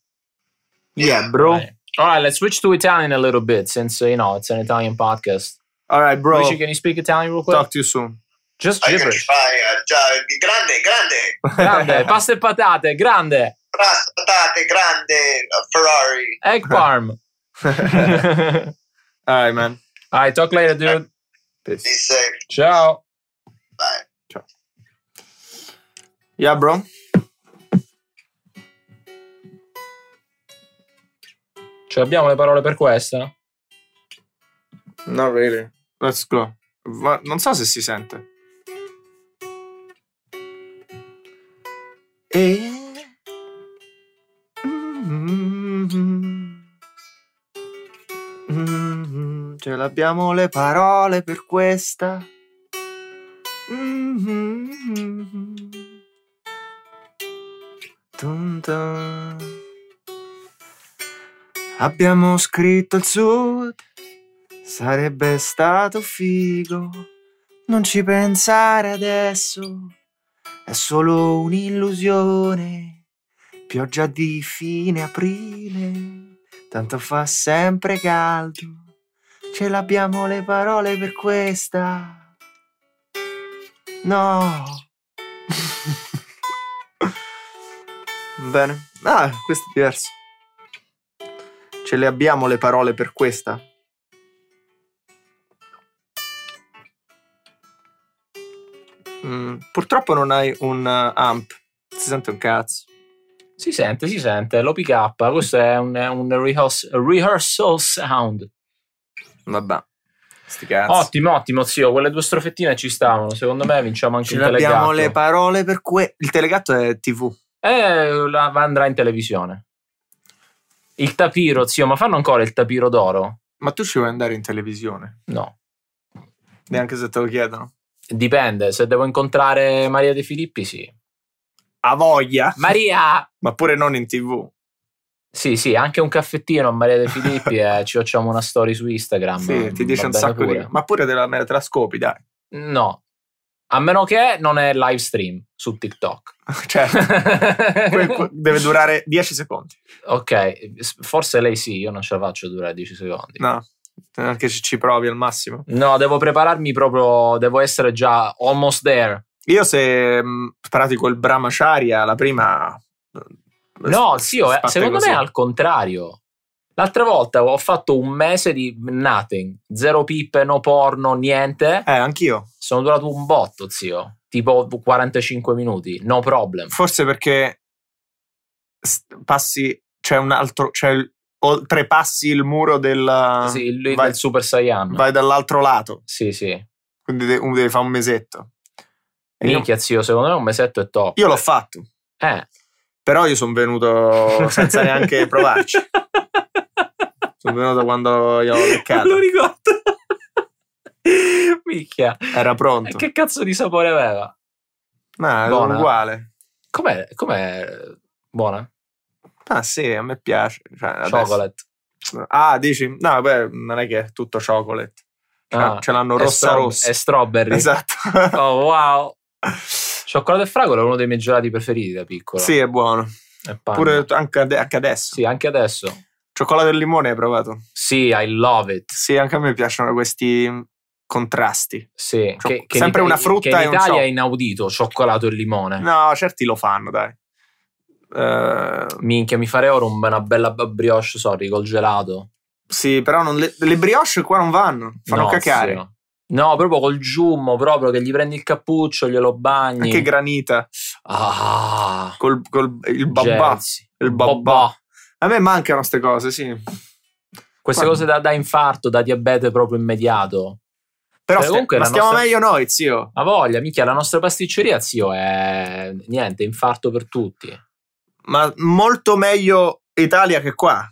Speaker 3: Yeah, bro.
Speaker 2: Right. All right, let's switch to Italian a little bit since uh, you know it's an Italian podcast.
Speaker 3: All right, bro.
Speaker 2: Richie, can you speak Italian real quick?
Speaker 3: Talk to you soon.
Speaker 2: Just
Speaker 4: I can
Speaker 2: gibberish.
Speaker 4: try uh, già- grande, grande,
Speaker 2: grande, pasta e patate, grande,
Speaker 4: pasta, patate, grande, uh, Ferrari.
Speaker 2: egg parm.
Speaker 3: All
Speaker 2: All
Speaker 3: right, man.
Speaker 2: right, talk later, dude.
Speaker 3: Peace.
Speaker 4: Be safe.
Speaker 2: Ciao.
Speaker 4: Bye.
Speaker 3: Yeah, bro.
Speaker 2: Ce l'abbiamo le parole per questa?
Speaker 3: No, really. Let's go. Va- non so se si sente. Eh. Mhm. Mhm. Ce l'abbiamo le parole per questa. Mhm. Dun dun. Abbiamo scritto il sud, sarebbe stato figo. Non ci pensare adesso, è solo un'illusione. Pioggia di fine aprile, tanto fa sempre caldo. Ce l'abbiamo le parole per questa. No. Bene. Ah, questo è diverso. Ce le abbiamo le parole per questa? Mm, purtroppo non hai un eh, amp. Si sente un cazzo.
Speaker 2: Si sente, si sente, lo pick up. Questo è un, è un rehears- rehearsal sound.
Speaker 3: Vabbè. Sti cazzi.
Speaker 2: Ottimo, ottimo, zio. Quelle due strofettine ci stavano. Secondo me vinciamo anche
Speaker 3: Ce
Speaker 2: un
Speaker 3: le abbiamo
Speaker 2: telegatto.
Speaker 3: le parole per que... Il telegatto è TV.
Speaker 2: eh, la- andrà in televisione. Il tapiro, zio, ma fanno ancora il tapiro d'oro?
Speaker 3: Ma tu ci vuoi andare in televisione?
Speaker 2: No.
Speaker 3: Neanche se te lo chiedono.
Speaker 2: Dipende, se devo incontrare Maria De Filippi, sì.
Speaker 3: A voglia.
Speaker 2: Maria!
Speaker 3: Ma pure non in TV.
Speaker 2: Sì, sì, anche un caffettino a Maria De Filippi e ci facciamo una story su Instagram.
Speaker 3: Sì, ti dice
Speaker 2: va
Speaker 3: un
Speaker 2: bene
Speaker 3: sacco
Speaker 2: pure.
Speaker 3: di... Ma pure te la, me la- te la scopi, dai.
Speaker 2: No, a meno che non è live stream su TikTok.
Speaker 3: cioè, que- que- deve durare 10 secondi.
Speaker 2: ok, s- forse lei sì, io non ce la faccio durare 10 secondi.
Speaker 3: No, anche se ci provi al massimo.
Speaker 2: No, devo prepararmi proprio, devo essere già almost there.
Speaker 3: Io se mh, pratico il Brahmacharya, la prima...
Speaker 2: No,
Speaker 3: s-
Speaker 2: zio, eh,
Speaker 3: spatte
Speaker 2: secondo
Speaker 3: così.
Speaker 2: me è al contrario. L'altra volta ho fatto un mese di nothing, zero pippe, no porno, niente.
Speaker 3: Eh, anch'io.
Speaker 2: Sono durato un botto, zio. Tipo 45 minuti, no problem.
Speaker 3: Forse perché s- passi... C'è un altro... Cioè, il- oltrepassi il muro del...
Speaker 2: Sì, lui
Speaker 3: Ah, vai-
Speaker 2: del Super Saiyan.
Speaker 3: Vai dall'altro lato.
Speaker 2: Sì, sì.
Speaker 3: Quindi de- uno deve fare un mesetto. E io-
Speaker 2: Minchia, zio, secondo me un mesetto è top.
Speaker 3: io l'ho fatto.
Speaker 2: Eh.
Speaker 3: Però io sono venuto senza neanche provarci. Sono venuto quando gli ho
Speaker 2: Lo
Speaker 3: leccato.
Speaker 2: ricordo. Minchia.
Speaker 3: Era pronto.
Speaker 2: Che cazzo di sapore aveva?
Speaker 3: No, era
Speaker 2: Buona.
Speaker 3: uguale.
Speaker 2: Com'è? com'è buona?
Speaker 3: Ah, sì, a me piace. Cioè, adesso-
Speaker 2: Chocolate.
Speaker 3: Ah, dici? No, beh, non è che è tutto chocolate. Cioè,
Speaker 2: Ah,
Speaker 3: ce l'hanno
Speaker 2: è
Speaker 3: rossa
Speaker 2: strob-
Speaker 3: rossa.
Speaker 2: È strawberry.
Speaker 3: Esatto.
Speaker 2: Oh, wow. Cioccolato e fragola è uno dei miei gelati preferiti da piccolo.
Speaker 3: sì, è buono.
Speaker 2: E panna.
Speaker 3: Pure anche, ade- anche adesso.
Speaker 2: Sì, anche adesso.
Speaker 3: Cioccolato e limone hai provato?
Speaker 2: Sì, I love it.
Speaker 3: Sì, anche a me piacciono questi contrasti.
Speaker 2: Sì,
Speaker 3: Cioc-
Speaker 2: che- che
Speaker 3: sempre
Speaker 2: in Ita-
Speaker 3: una frutta
Speaker 2: che
Speaker 3: e
Speaker 2: in
Speaker 3: un
Speaker 2: Italia
Speaker 3: ciò.
Speaker 2: è inaudito, cioccolato e limone.
Speaker 3: No, certi lo fanno, dai. Eh,
Speaker 2: Minchia, mi farei ora un- una bella b- brioche, sorry, col gelato.
Speaker 3: Sì, però non- le, le brioche qua non vanno, fanno
Speaker 2: No,
Speaker 3: cacare.
Speaker 2: zio. No, proprio col giummo, proprio che gli prendi il cappuccio, glielo bagni.
Speaker 3: Anche granita,
Speaker 2: ah,
Speaker 3: col, col- il babà.
Speaker 2: Jersey.
Speaker 3: Il babà. A me mancano queste cose, sì.
Speaker 2: Queste
Speaker 3: Guarda.
Speaker 2: cose da, da infarto, da diabete proprio immediato.
Speaker 3: Però
Speaker 2: Cioè,
Speaker 3: sti-
Speaker 2: comunque
Speaker 3: ma
Speaker 2: la
Speaker 3: stiamo
Speaker 2: nostra-
Speaker 3: meglio noi, zio.
Speaker 2: Ma voglia, minchia, la nostra pasticceria, zio, è niente, infarto per tutti.
Speaker 3: Ma molto meglio Italia che qua.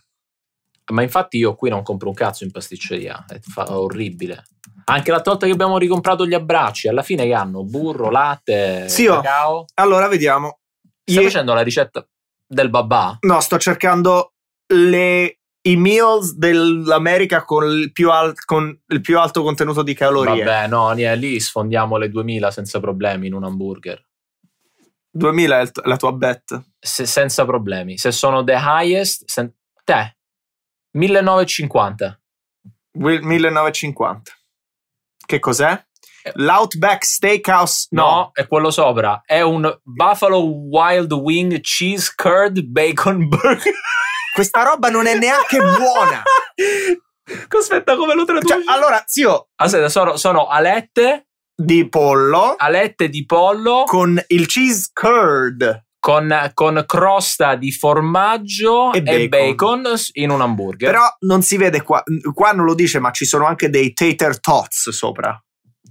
Speaker 2: Ma infatti io qui non compro un cazzo in pasticceria, è fa- è orribile. Anche l'altra volta che abbiamo ricomprato gli abbracci, alla fine che hanno? Burro, latte,
Speaker 3: Zio.
Speaker 2: cacao.
Speaker 3: Allora, vediamo.
Speaker 2: Stai
Speaker 3: Ie-
Speaker 2: facendo la ricetta del babà?
Speaker 3: No, sto cercando le- i meals dell'America con il, più al- con il più alto contenuto di calorie.
Speaker 2: Vabbè, no, niente, lì sfondiamo le 2000 senza problemi in un hamburger.
Speaker 3: 2000 è il t- la tua bet.
Speaker 2: Se- senza problemi. Se sono the highest, sen- te, 1950.
Speaker 3: Will- 1950. Che cos'è? L'Outback Steakhouse.
Speaker 2: Eh. No, è quello sopra. È un Buffalo Wild Wing Cheese Curd Bacon Burger.
Speaker 3: Questa roba non è neanche buona.
Speaker 2: Aspetta, come lo traduci?
Speaker 3: Cioè, allora, zio,
Speaker 2: Aspetta, sono, sono alette,
Speaker 3: di pollo
Speaker 2: alette di pollo
Speaker 3: con il cheese curd.
Speaker 2: con, con crosta di formaggio
Speaker 3: E
Speaker 2: e bacon. in un hamburger.
Speaker 3: Però non si vede qua, qua non lo dice, ma ci sono anche dei tater tots sopra,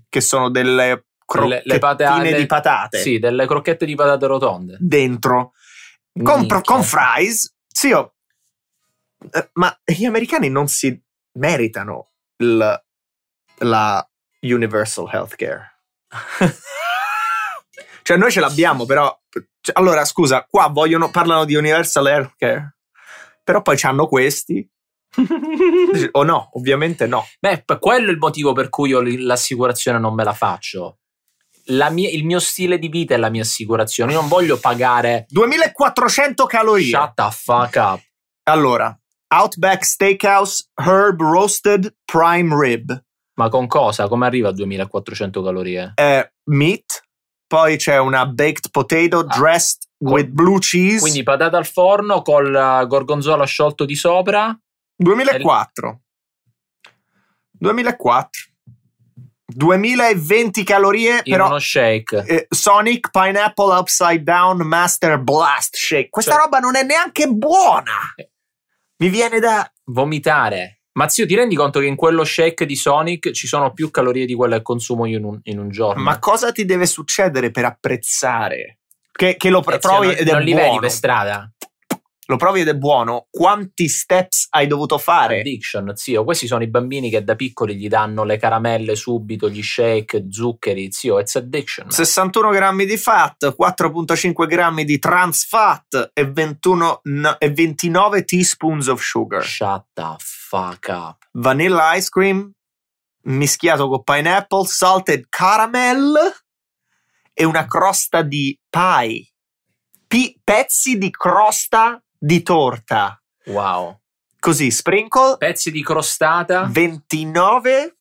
Speaker 3: che sono delle
Speaker 2: le, le patate
Speaker 3: crocchettine di patate
Speaker 2: Sì, delle crocchette di patate rotonde.
Speaker 3: dentro con,
Speaker 2: Minchia.
Speaker 3: con fries. Zio, eh, ma gli americani non si meritano il- la universal healthcare. cioè, noi ce l'abbiamo, però. cioè, allora, scusa, qua vogliono, parlano di universal healthcare, però poi c'hanno questi. o no, ovviamente no.
Speaker 2: Beh, p- quello è il motivo per cui io l- l'assicurazione non me la faccio. La mia- il mio stile di vita è la mia assicurazione. Io non voglio pagare
Speaker 3: 2400 calorie.
Speaker 2: shut the fuck up.
Speaker 3: Allora, Outback Steakhouse Herb Roasted Prime Rib.
Speaker 2: Ma con cosa? Come arriva a 2400 calorie?
Speaker 3: è meat, poi c'è una baked potato
Speaker 2: Ah.
Speaker 3: dressed
Speaker 2: Con-
Speaker 3: with blue cheese.
Speaker 2: Quindi patate al forno col eh, gorgonzola sciolto di sopra.
Speaker 3: 2004. 2004. 2020 calorie,
Speaker 2: in
Speaker 3: però
Speaker 2: uno shake.
Speaker 3: eh, Sonic Pineapple Upside Down Master Blast Shake. Questa
Speaker 2: Cioè-
Speaker 3: roba non è neanche buona.
Speaker 2: Eh.
Speaker 3: Mi viene da
Speaker 2: Vomitare. Ma zio, ti rendi conto che in quello shake di Sonic ci sono più calorie di quelle che consumo io in un, in un giorno? Eh,
Speaker 3: Ma cosa ti deve succedere per apprezzare che, che lo pr-
Speaker 2: Eh, zio,
Speaker 3: provi
Speaker 2: non,
Speaker 3: ed è
Speaker 2: non li vedi
Speaker 3: buono?
Speaker 2: per strada.
Speaker 3: Lo provi ed è buono. Quanti steps hai dovuto fare?
Speaker 2: Addiction, zio. Questi sono i bambini che da piccoli gli danno le caramelle subito, gli shake, zuccheri, zio. It's addiction.
Speaker 3: 61 grammi di fat, 4.5 grammi di trans fat e, 21 n- e 29 teaspoons of sugar.
Speaker 2: Shut the fuck up.
Speaker 3: Vanilla ice cream mischiato con pineapple, salted caramel e una crosta di pie. Pi- pezzi di crosta di torta.
Speaker 2: Wow.
Speaker 3: Così, sprinkle,
Speaker 2: Pezzi di crostata,
Speaker 3: 29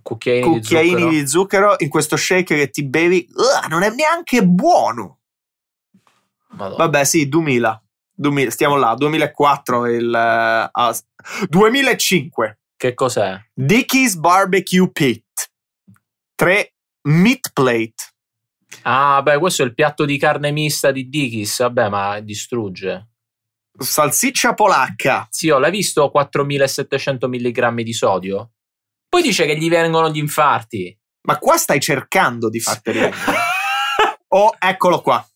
Speaker 2: cucchiaini, di
Speaker 3: cucchiaini
Speaker 2: zucchero.
Speaker 3: di zucchero in questo shake che ti bevi. Ugh, non è neanche buono.
Speaker 2: Madonna.
Speaker 3: Vabbè, sì, 2000. 2000, stiamo là, 2004 il eh, ah, s- 2005.
Speaker 2: Che cos'è?
Speaker 3: Dickies Barbecue Pit. 3 meat plate.
Speaker 2: Ah, beh, questo è il piatto di carne mista di Dickies. Vabbè, ma distrugge.
Speaker 3: Salsiccia polacca.
Speaker 2: Zio, l'hai visto 4700 mg di sodio? Poi dice che gli vengono gli infarti.
Speaker 3: Ma qua stai cercando di farti rientrare. Oh, eccolo qua.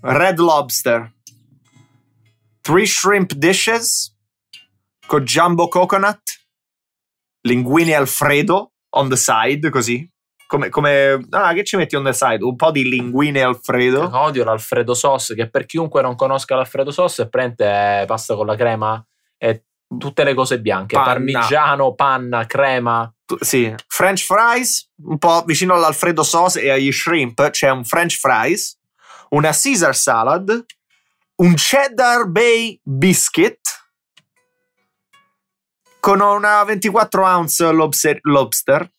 Speaker 3: Red Lobster. 3 shrimp dishes con jumbo coconut. Linguine Alfredo on the side, così. Come, come- ah, che ci metti on the side? Un po' di linguine Alfredo.
Speaker 2: Odio l'Alfredo Sauce, che per chiunque non conosca l'Alfredo Sauce, è prende eh, pasta con la crema e tutte le cose bianche.
Speaker 3: Panna.
Speaker 2: Parmigiano, panna, crema.
Speaker 3: T- Sì, French fries, un po' vicino all'Alfredo sauce e agli shrimp c'è un French fries, una Caesar salad, un Cheddar Bay biscuit con una 24 ounce lobster, lobster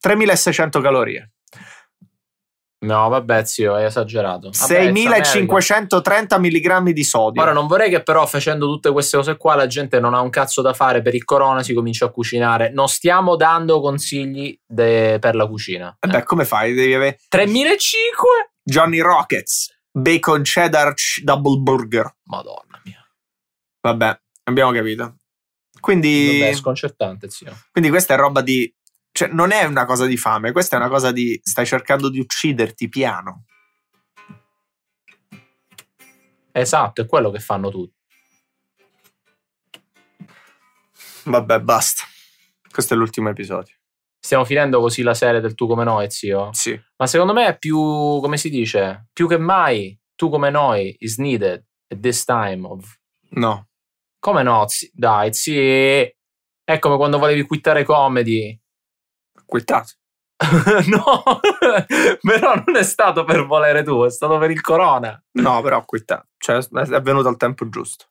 Speaker 3: 3600 calorie,
Speaker 2: No, vabbè, zio, hai esagerato. Vabbè, sta merda.
Speaker 3: 6530 mg di sodio.
Speaker 2: Ora non vorrei che però facendo tutte queste cose qua la gente non ha un cazzo da fare per il corona, si comincia a cucinare. Non stiamo dando consigli de- per la cucina.
Speaker 3: Eh beh, come fai? Devi avere
Speaker 2: 3005?
Speaker 3: Johnny Rockets, bacon cheddar ch- double burger.
Speaker 2: Madonna mia.
Speaker 3: Vabbè, abbiamo capito. Quindi
Speaker 2: Vabbè, è sconcertante, zio.
Speaker 3: Quindi questa è roba di. Cioè, non è una cosa di fame, questa è una cosa di. Stai cercando di ucciderti piano.
Speaker 2: Esatto, è quello che fanno tutti.
Speaker 3: Vabbè, basta. Questo è l'ultimo episodio.
Speaker 2: Stiamo finendo così la serie del tu come noi, zio.
Speaker 3: Sì.
Speaker 2: Ma secondo me è più, come si dice, più che mai tu come noi is needed at this time of...
Speaker 3: No.
Speaker 2: Come no, zi- dai, sì. È come quando volevi quittare comedy.
Speaker 3: Quittato.
Speaker 2: no, però non è stato per volere tu, è stato per il corona.
Speaker 3: No, però quittato. Cioè, è venuto al tempo giusto.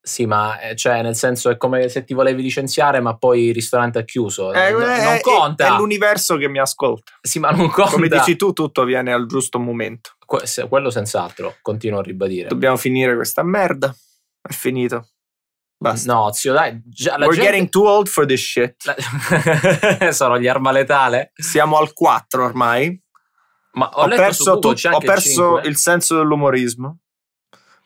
Speaker 2: Sì, ma eh, cioè, nel senso è come se ti volevi licenziare, ma poi il ristorante è chiuso.
Speaker 3: Eh,
Speaker 2: non
Speaker 3: eh,
Speaker 2: non
Speaker 3: eh, È,
Speaker 2: conta.
Speaker 3: l'universo che mi ascolta.
Speaker 2: sì, ma non conta.
Speaker 3: Come dici tu, tutto viene al giusto momento.
Speaker 2: Que- se- quello senz'altro, continuo a ribadire.
Speaker 3: Dobbiamo finire questa merda. È finito. Basta.
Speaker 2: No, zio, dai, già, la
Speaker 3: We're
Speaker 2: gente-
Speaker 3: getting too old for this shit.
Speaker 2: la- sono gli arma letale.
Speaker 3: Siamo al 4 ormai.
Speaker 2: Ma ho,
Speaker 3: ho,
Speaker 2: letto su
Speaker 3: perso,
Speaker 2: Google,
Speaker 3: tut-
Speaker 2: c'è
Speaker 3: ho
Speaker 2: anche
Speaker 3: perso
Speaker 2: 5.
Speaker 3: il senso dell'umorismo,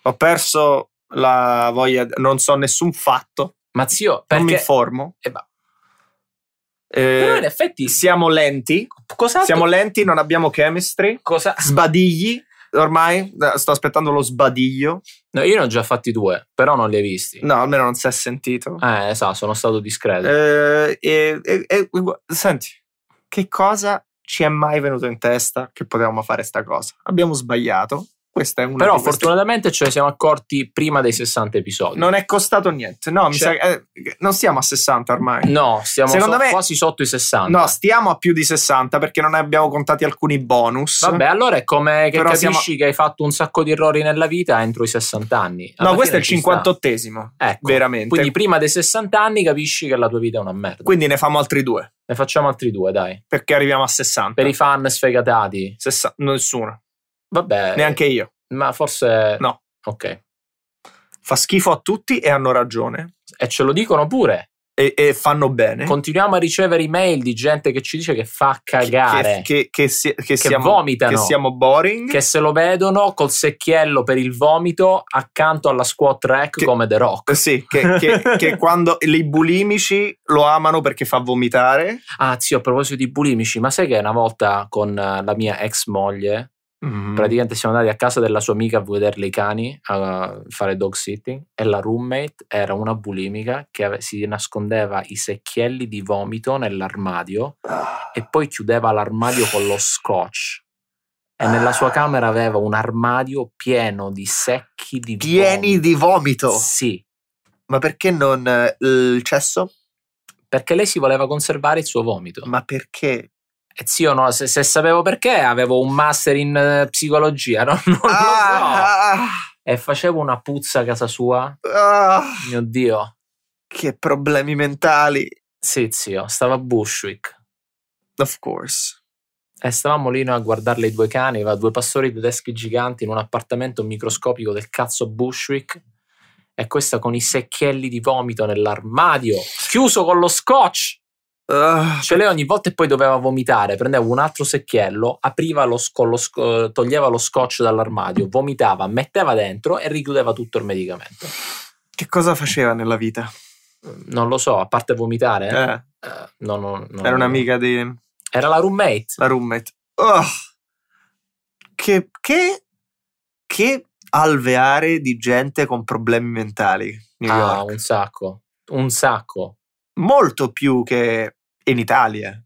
Speaker 3: ho perso la voglia, non so nessun fatto,
Speaker 2: Ma zio,
Speaker 3: non mi
Speaker 2: perché...
Speaker 3: informo.
Speaker 2: eh, ma- Però
Speaker 3: Eh,
Speaker 2: in effetti,
Speaker 3: siamo lenti.
Speaker 2: cosa
Speaker 3: Siamo lenti, non abbiamo chemistry.
Speaker 2: cosa-
Speaker 3: Sbadigli. Ormai eh, sto aspettando lo sbadiglio.
Speaker 2: No, io ne ho già fatti due, però non li hai visti.
Speaker 3: No, almeno non si è sentito.
Speaker 2: Eh, esatto, sono stato discreto.
Speaker 3: Eh, e- e- e- gu- senti, che cosa ci è mai venuto in testa che potevamo fare sta cosa? Abbiamo sbagliato. Questa è una
Speaker 2: però
Speaker 3: di queste-
Speaker 2: fortunatamente ce ne siamo accorti prima dei 60 episodi.
Speaker 3: non è costato niente. No, mi
Speaker 2: Cioè-
Speaker 3: sa che- eh, non siamo a 60 ormai.
Speaker 2: No, siamo
Speaker 3: Secondo
Speaker 2: so-
Speaker 3: me-
Speaker 2: quasi sotto i 60.
Speaker 3: No, stiamo a più di 60 perché non ne abbiamo contati alcuni bonus.
Speaker 2: Vabbè, allora è come che
Speaker 3: Però
Speaker 2: capisci
Speaker 3: siamo-
Speaker 2: che hai fatto un sacco di errori nella vita entro i 60 anni. Alla
Speaker 3: no, questo è il
Speaker 2: fine ci sta.
Speaker 3: 58esimo.
Speaker 2: Ecco.
Speaker 3: Veramente.
Speaker 2: Quindi
Speaker 3: Quindi,
Speaker 2: prima dei 60 anni capisci che la tua vita è una merda.
Speaker 3: ne facciamo altri due
Speaker 2: Ne facciamo altri due, dai.
Speaker 3: perché arriviamo a 60.
Speaker 2: Per i fan sfegatati.
Speaker 3: 60 nessuno,
Speaker 2: Vabbè.
Speaker 3: neanche io.
Speaker 2: Ma forse...
Speaker 3: No.
Speaker 2: Ok.
Speaker 3: Fa schifo a tutti e hanno ragione.
Speaker 2: E ce lo dicono pure.
Speaker 3: E, e fanno bene.
Speaker 2: Continuiamo a ricevere email di gente che ci dice che fa cagare.
Speaker 3: Eh? Che, che, che si- che
Speaker 2: che
Speaker 3: siamo,
Speaker 2: vomitano.
Speaker 3: che siamo boring.
Speaker 2: che se lo vedono col secchiello per il vomito accanto alla squat rack
Speaker 3: Che-
Speaker 2: come The Rock.
Speaker 3: Eh, Sì, che, che- che quando i bulimici lo amano perché fa vomitare.
Speaker 2: Ah, zio, a proposito di bulimici, ma sai che una volta con eh, la mia ex moglie,
Speaker 3: Mm.
Speaker 2: praticamente siamo andati a casa della sua amica a vederle i cani, a fare dog sitting, e la roommate era una bulimica che ave- si nascondeva i secchielli di vomito nell'armadio e poi chiudeva l'armadio con lo scotch. E nella sua camera aveva un armadio pieno di secchi di
Speaker 3: Pieni
Speaker 2: vomito.
Speaker 3: di vomito.
Speaker 2: Sì.
Speaker 3: Ma perché non eh, il cesso?
Speaker 2: perché lei si voleva conservare il suo vomito.
Speaker 3: Ma perché?
Speaker 2: E zio, no, se, se sapevo perché avevo un master in eh, psicologia, no? non lo so.
Speaker 3: Ah,
Speaker 2: E facevo una puzza a casa sua,
Speaker 3: ah, ah,
Speaker 2: mio Dio.
Speaker 3: che problemi mentali.
Speaker 2: Sì, zio, stava a Bushwick.
Speaker 3: Of course.
Speaker 2: E stavamo lì noi a guardarle i due cani, aveva due pastori tedeschi giganti in un appartamento microscopico del cazzo Bushwick. E questa con i secchielli di vomito nell'armadio, chiuso con lo scotch.
Speaker 3: Ah,
Speaker 2: Cioè lei ogni volta e poi doveva vomitare, prendeva un altro secchiello, apriva lo sc- lo sc- eh, toglieva lo scotch dall'armadio, vomitava, metteva dentro e richiudeva tutto il medicamento.
Speaker 3: che cosa faceva nella vita?
Speaker 2: Non lo so, a parte vomitare, eh,
Speaker 3: Eh,
Speaker 2: no, no, no.
Speaker 3: era un'amica di
Speaker 2: Era la roommate.
Speaker 3: la roommate. Oh, che, che, che alveare di gente con problemi mentali. New
Speaker 2: Ah,
Speaker 3: York.
Speaker 2: un sacco, un sacco.
Speaker 3: Molto più che in Italia.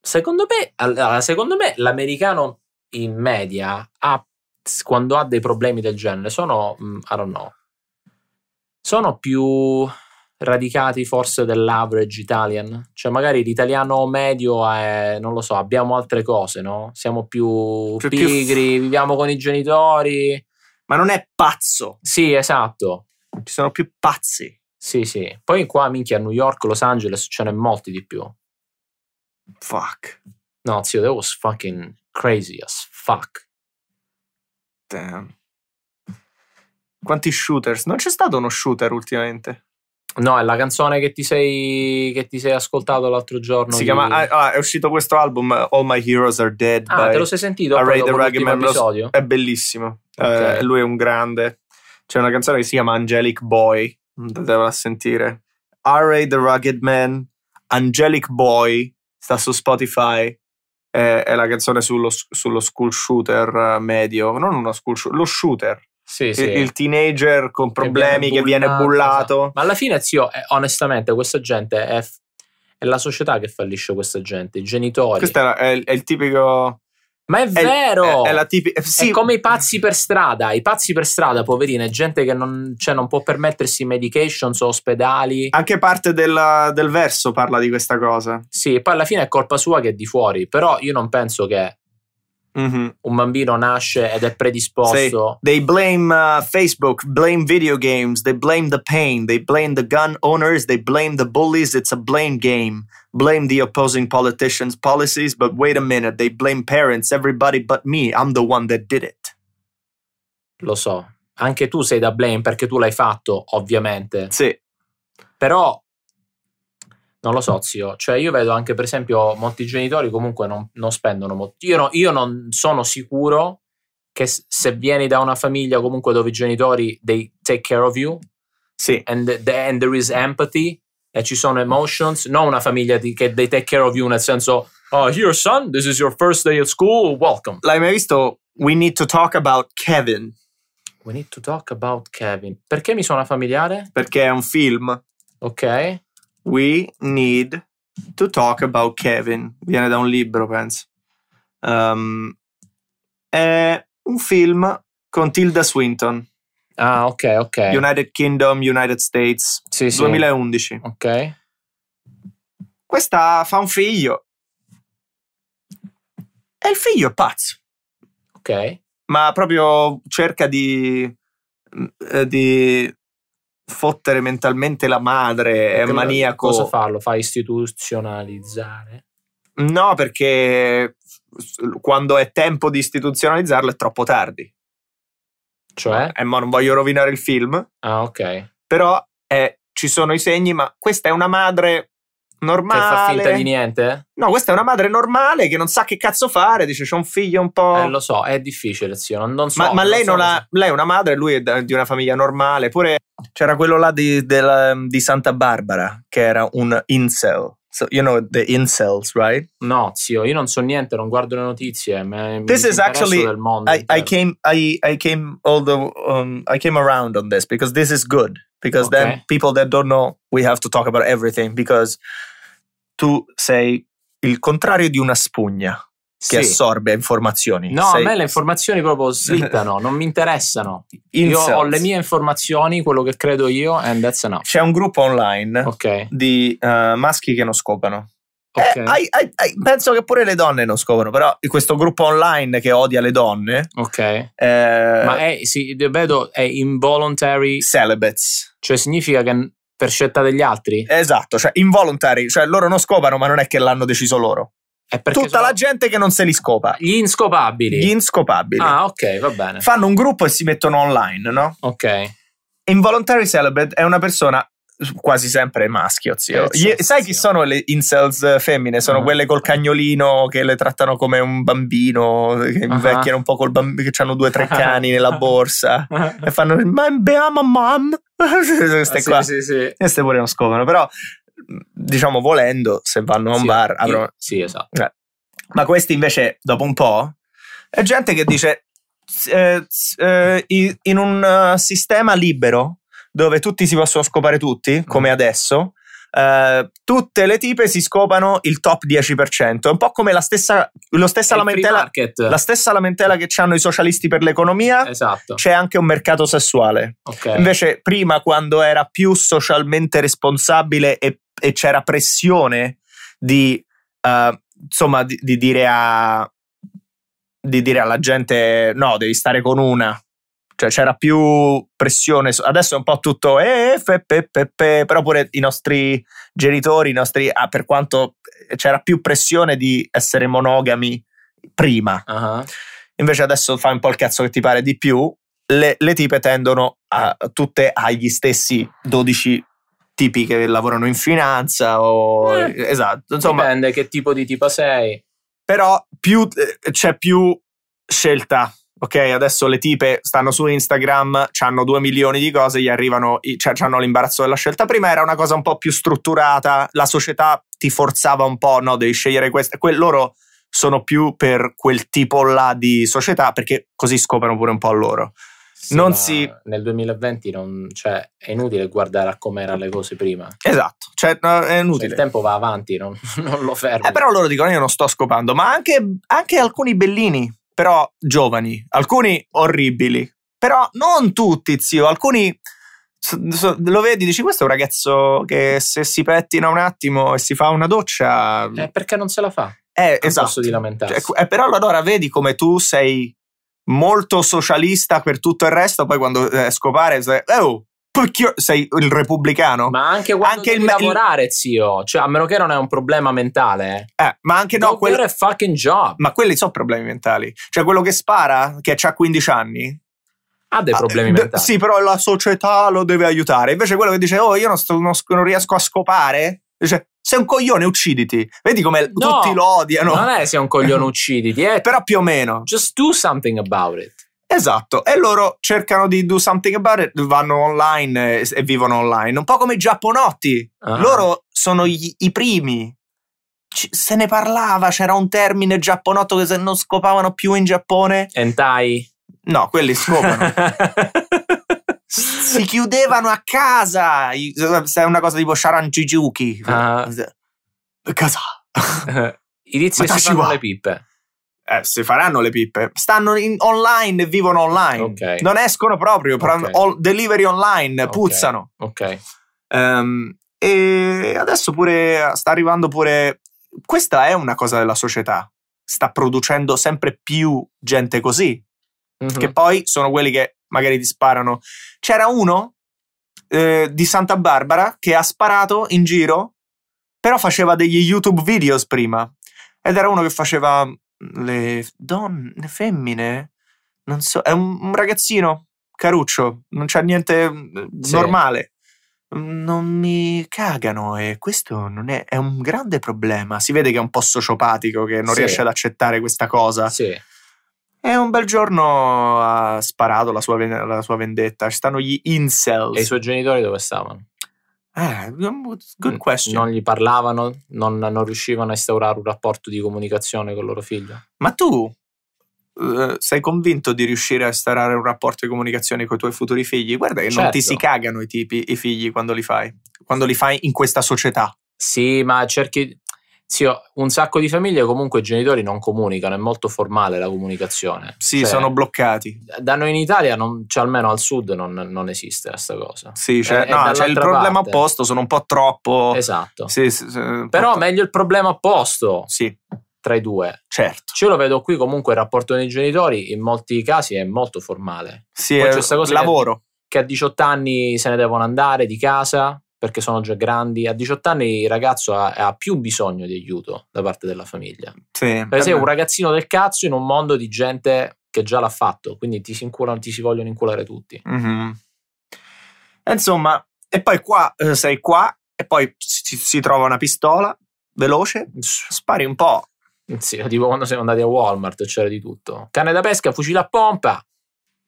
Speaker 2: Secondo me, allora, secondo me l'americano in media ha, quando ha dei problemi del genere sono, mm, I don't know, sono più radicati forse dell'average Italian. Cioè magari l'italiano medio è, non lo so, abbiamo altre cose, no? Siamo più
Speaker 3: Più- più-
Speaker 2: pigri, viviamo con i genitori.
Speaker 3: Ma non è pazzo.
Speaker 2: Sì, esatto.
Speaker 3: Ci sono più pazzi.
Speaker 2: Sì, sì. Poi qua, minchia, a New York, Los Angeles ce n'è molti di più.
Speaker 3: Fuck.
Speaker 2: No, zio, that was fucking crazy as fuck.
Speaker 3: Damn. Quanti shooters? Non c'è stato uno shooter ultimamente.
Speaker 2: No, è la canzone che ti sei, che ti sei ascoltato l'altro giorno.
Speaker 3: si
Speaker 2: di-
Speaker 3: chiama. ah, ah, è uscito questo album, All My Heroes Are Dead.
Speaker 2: Ah,
Speaker 3: by-
Speaker 2: te lo sei sentito?
Speaker 3: I
Speaker 2: proprio
Speaker 3: Raid the Eh,
Speaker 2: dopo
Speaker 3: Rugged
Speaker 2: l'ultimo
Speaker 3: Man, lo so.
Speaker 2: episodio?
Speaker 3: È bellissimo.
Speaker 2: Ok.
Speaker 3: Eh, lui è un grande. C'è una canzone che si chiama Angelic Boy. Doveva sentire. R.A. The Rugged Man, Angelic Boy, sta su Spotify. È, è la canzone sullo, sullo school shooter eh, medio. Non uno school shooter, lo shooter.
Speaker 2: Sì,
Speaker 3: Il-
Speaker 2: sì.
Speaker 3: Il, teenager con problemi che viene
Speaker 2: bullato,
Speaker 3: bullato.
Speaker 2: esatto. Ma alla fine, zio, eh, onestamente, questa gente è, f- è la società che fallisce questa gente, i genitori.
Speaker 3: Questo è, la- è il- è il tipico.
Speaker 2: Ma è,
Speaker 3: è-
Speaker 2: vero!
Speaker 3: È, è la tipi- eh, sì.
Speaker 2: È come i pazzi per strada. I pazzi per strada, poverina, è gente che non, cioè, non può permettersi medications o ospedali.
Speaker 3: Anche parte della- del verso parla di questa cosa.
Speaker 2: Sì, e poi alla fine è colpa sua che è di fuori. Però io non penso che
Speaker 3: Mhm.
Speaker 2: un bambino nasce ed è predisposto.
Speaker 3: They blame uh, Facebook, blame video games, they blame the pain, they blame the gun owners, they blame the bullies. It's a blame game. Blame the opposing politicians' policies, but wait a minute, they blame parents, everybody but me. I'm the one that did it.
Speaker 2: Lo so, anche tu sei da blame perché tu l'hai fatto, ovviamente.
Speaker 3: Sì.
Speaker 2: Però non lo so, zio. Cioè, io vedo anche, per esempio, molti genitori comunque non, non spendono molto. Io, no- io non sono sicuro che s- se vieni da una famiglia comunque dove i genitori they take care of you
Speaker 3: Sì.
Speaker 2: and, th- and there is empathy, e ci sono emotions, non una famiglia di- che they take care of you nel senso oh here son, this is your first day at school, welcome.
Speaker 3: L'hai mai visto? We need to talk about Kevin.
Speaker 2: We need to talk about Kevin. Perché mi suona familiare?
Speaker 3: Perché è un film.
Speaker 2: Ok.
Speaker 3: We need to talk about Kevin. Viene da un libro, penso. Ehm, è un film con Tilda Swinton.
Speaker 2: Ah, ok, ok.
Speaker 3: United Kingdom, United States,
Speaker 2: sì, sì.
Speaker 3: 2011.
Speaker 2: Ok.
Speaker 3: Questa fa un figlio. E il figlio è pazzo.
Speaker 2: Ok.
Speaker 3: ma proprio cerca di, eh, di fottere mentalmente la madre, è
Speaker 2: Che-
Speaker 3: maniaco.
Speaker 2: Cosa fa? Lo fa istituzionalizzare.
Speaker 3: No, perché quando è tempo di istituzionalizzarlo è troppo tardi.
Speaker 2: Cioè?
Speaker 3: E mo non voglio rovinare il film,
Speaker 2: Ah, ok. Che
Speaker 3: però eh, ci sono i segni, ma questa è una madre normale.
Speaker 2: fa finta di niente?
Speaker 3: No, questa è una madre normale che non sa che cazzo fare, dice c'ho un figlio un po'...
Speaker 2: Eh, lo so, è difficile, zio. Non, non so.
Speaker 3: Ma, ma lei,
Speaker 2: so
Speaker 3: non
Speaker 2: cosa-
Speaker 3: ha, lei è una madre, lui è da- di una famiglia normale. Pure c'era quello là di, della- di Santa Barbara, che era un incel. So, you know the incels, right?
Speaker 2: No, zio, io non so niente, non guardo le notizie. ma mi
Speaker 3: This is
Speaker 2: disinteresso
Speaker 3: actually-
Speaker 2: del mondo
Speaker 3: I, I
Speaker 2: intero.
Speaker 3: came, I, I came all the, um, I came around on this because this is good. Because then
Speaker 2: Okay.
Speaker 3: people that don't know, we have to talk about everything. Because tu sei il contrario di una spugna
Speaker 2: Sì.
Speaker 3: che assorbe informazioni.
Speaker 2: No,
Speaker 3: sei
Speaker 2: a me le informazioni proprio slittano, non mi interessano. Io ho
Speaker 3: incels.
Speaker 2: le mie informazioni, quello che credo io, and that's enough.
Speaker 3: C'è un gruppo online
Speaker 2: Ok,
Speaker 3: di eh, maschi che non scopano.
Speaker 2: ok,
Speaker 3: Eh, ai- ai- ai- penso che pure le donne non scopano, però questo gruppo online che odia le donne,
Speaker 2: ok.
Speaker 3: eh,
Speaker 2: Ma è, sì, vedo, è involuntary,
Speaker 3: celibates.
Speaker 2: cioè significa che per scelta degli altri?
Speaker 3: Esatto, cioè involuntari, cioè loro non scopano, ma non è che l'hanno deciso loro.
Speaker 2: È perché
Speaker 3: Tutta
Speaker 2: sono
Speaker 3: la gente che non se li scopa,
Speaker 2: Gli inscopabili.
Speaker 3: gli inscopabili.
Speaker 2: ah, ok, va bene.
Speaker 3: Fanno un gruppo e si mettono online, no?
Speaker 2: ok.
Speaker 3: Involuntary celibate è una persona quasi sempre maschio, zio.
Speaker 2: Eh, certo,
Speaker 3: Gli- sai chi
Speaker 2: zio.
Speaker 3: sono le incels eh, femmine? Sono
Speaker 2: Ah.
Speaker 3: quelle col cagnolino che le trattano come un bambino, che
Speaker 2: Ah.
Speaker 3: invecchiano un po' col bambino, che hanno due o tre cani nella borsa e fanno "Ma beama mam". Queste
Speaker 2: Ah,
Speaker 3: qua.
Speaker 2: Sì, sì, sì.
Speaker 3: Queste pure non scopano, però diciamo volendo se vanno a un
Speaker 2: Sì,
Speaker 3: bar
Speaker 2: io-
Speaker 3: avranno
Speaker 2: Sì, esatto.
Speaker 3: ma questi invece, dopo un po', è gente che dice eh, eh, i- in un eh, sistema libero dove tutti si possono scopare
Speaker 2: Mm.
Speaker 3: tutti, come adesso, eh, tutte le tipe si scopano il top 10%. È un po' come la stessa, lo stessa
Speaker 2: È il free
Speaker 3: lamentela,
Speaker 2: market.
Speaker 3: la stessa lamentela che hanno i socialisti per l'economia.
Speaker 2: Esatto.
Speaker 3: C'è anche un mercato sessuale.
Speaker 2: ok.
Speaker 3: Invece, prima, quando era più socialmente responsabile e, e c'era pressione di eh, insomma, di, di dire a di dire alla gente no, devi stare con una. Cioè, c'era più pressione. so- Adesso è un po' tutto eh, fe, pe, pe, pe", però pure i nostri genitori, i nostri, ah, per quanto eh, c'era più pressione di essere monogami prima.
Speaker 2: Ah,
Speaker 3: Invece adesso fai un po' il cazzo che ti pare di più. Le, le tipe tendono a, tutte agli stessi 12 tipi che lavorano in finanza o...
Speaker 2: Eh.
Speaker 3: Esatto, insomma,
Speaker 2: Dipende che tipo di tipa sei.
Speaker 3: però più, eh, c'è più scelta. Ok, adesso le tipe stanno su Instagram, hanno due milioni di cose, gli arrivano, i- cioè hanno l'imbarazzo della scelta. Prima era una cosa un po' più strutturata, la società ti forzava un po', no, devi scegliere questo. Que- loro sono più per quel tipo là di società perché così scoprono pure un po' loro.
Speaker 2: Sì,
Speaker 3: Non
Speaker 2: ma
Speaker 3: si-
Speaker 2: Nel 2020 non, cioè, è inutile guardare a com'erano le cose prima. Cioè,
Speaker 3: Esatto, cioè no, è inutile.
Speaker 2: Il tempo va avanti, non, non lo fermi.
Speaker 3: Eh, però loro dicono io non sto scopando, ma anche, anche alcuni bellini, però giovani, alcuni orribili, però non tutti, zio, alcuni so- so- lo vedi, dici questo è un ragazzo che se si pettina un attimo e si fa una doccia...
Speaker 2: Eh, perché non se la fa?
Speaker 3: eh,
Speaker 2: Non
Speaker 3: esatto.
Speaker 2: posso di lamentarsi.
Speaker 3: Cioè, eh, però allora vedi come tu sei molto socialista per tutto il resto, poi quando eh, scopare sei, "Oh, picchio-" sei il repubblicano. Ma,
Speaker 2: ma anche quando
Speaker 3: anche
Speaker 2: devi
Speaker 3: il-
Speaker 2: lavorare, zio. Cioè, a meno che non è un problema mentale. eh.
Speaker 3: eh, ma anche no,
Speaker 2: No,
Speaker 3: quello...
Speaker 2: quello è fucking job.
Speaker 3: Ma quelli sono problemi mentali. Cioè, quello che spara, che ha 15 anni.
Speaker 2: Ha dei problemi
Speaker 3: eh, d-
Speaker 2: mentali.
Speaker 3: Sì, però la società lo deve aiutare. Invece, quello che dice, oh, io non, sto- non sc- non riesco a scopare. Dice, sei un coglione, ucciditi. Vedi come
Speaker 2: No,
Speaker 3: tutti lo odiano.
Speaker 2: Non è se un coglione uccidi, è
Speaker 3: Però più o meno.
Speaker 2: just do something about it.
Speaker 3: Esatto, e loro cercano di do something about it, vanno online e, e vivono online, un po' come i giapponotti.
Speaker 2: Ah.
Speaker 3: Loro sono gli- i primi. Ci- se ne parlava, c'era un termine giapponotto che se non scopavano più in Giappone.
Speaker 2: Entai.
Speaker 3: No, quelli scopano. si chiudevano a casa. I- Se è una cosa tipo Sharan Jujuki.
Speaker 2: Ah.
Speaker 3: Casa.
Speaker 2: I tizi che si
Speaker 3: Watashi
Speaker 2: fanno
Speaker 3: wa-
Speaker 2: le pippe.
Speaker 3: Eh, si faranno le pippe. Stanno in- online e vivono online.
Speaker 2: Ok.
Speaker 3: Non escono proprio. pran-
Speaker 2: Ok.
Speaker 3: all- delivery online.
Speaker 2: Ok.
Speaker 3: Puzzano.
Speaker 2: Ok.
Speaker 3: Ehm, e adesso pure sta arrivando pure. Questa è una cosa della società. Sta producendo sempre più gente così.
Speaker 2: Mhm.
Speaker 3: che poi sono quelli che magari ti sparano. C'era uno eh, di Santa Barbara che ha sparato in giro, però faceva degli YouTube videos prima. Ed era uno che faceva mm, le donne, femmine, non so, è un, un ragazzino caruccio, non c'è niente eh,
Speaker 2: Sì.
Speaker 3: normale. Non mi cagano e questo non è, è un grande problema. Si vede che è un po' sociopatico, che non
Speaker 2: Sì.
Speaker 3: riesce ad accettare questa cosa.
Speaker 2: Sì.
Speaker 3: E un bel giorno ha sparato la sua, ven- la sua vendetta. Ci stanno gli incels.
Speaker 2: E i suoi genitori dove stavano?
Speaker 3: Eh, good
Speaker 2: Mm,
Speaker 3: question.
Speaker 2: Non gli parlavano? Non, non riuscivano a instaurare un rapporto di comunicazione con il loro figlio?
Speaker 3: Ma tu eh, sei convinto di riuscire a instaurare un rapporto di comunicazione con i tuoi futuri figli? Guarda che non
Speaker 2: Certo.
Speaker 3: ti si cagano i tipi, i figli quando li fai. Quando li fai in questa società.
Speaker 2: Sì, ma cerchi. Sì, ho- un sacco di famiglie comunque i genitori non comunicano, è molto formale la comunicazione.
Speaker 3: Sì,
Speaker 2: Cioè,
Speaker 3: sono bloccati.
Speaker 2: Da noi in Italia, non- cioè almeno al sud, non, non esiste questa cosa.
Speaker 3: Sì,
Speaker 2: E- e
Speaker 3: c'è, no, c'è il
Speaker 2: Eh, dall'altra
Speaker 3: problema
Speaker 2: parte.
Speaker 3: opposto, sono un po' troppo...
Speaker 2: Esatto.
Speaker 3: Oh, Sì, sì, sì, un po'
Speaker 2: Però
Speaker 3: tro-
Speaker 2: meglio il problema opposto
Speaker 3: Sì,
Speaker 2: tra i due.
Speaker 3: certo.
Speaker 2: Ce lo vedo qui comunque il rapporto con i genitori in molti casi è molto formale.
Speaker 3: Sì,
Speaker 2: Poi
Speaker 3: è
Speaker 2: c'è sta cosa che-
Speaker 3: lavoro.
Speaker 2: Che a 18 anni se ne devono andare di casa perché sono già grandi. A 18 anni il ragazzo ha, ha più bisogno di aiuto da parte della famiglia.
Speaker 3: Sì,
Speaker 2: Perché sei un ragazzino del cazzo in un mondo di gente che già l'ha fatto, quindi ti si, inculano- ti si vogliono inculare tutti.
Speaker 3: Mhm. E Insomma, e poi qua eh, sei qua e poi si, si trova una pistola veloce, spari un po'.
Speaker 2: Sì, tipo quando siamo andati a Walmart c'era di tutto. Canne da pesca, fucile a pompa,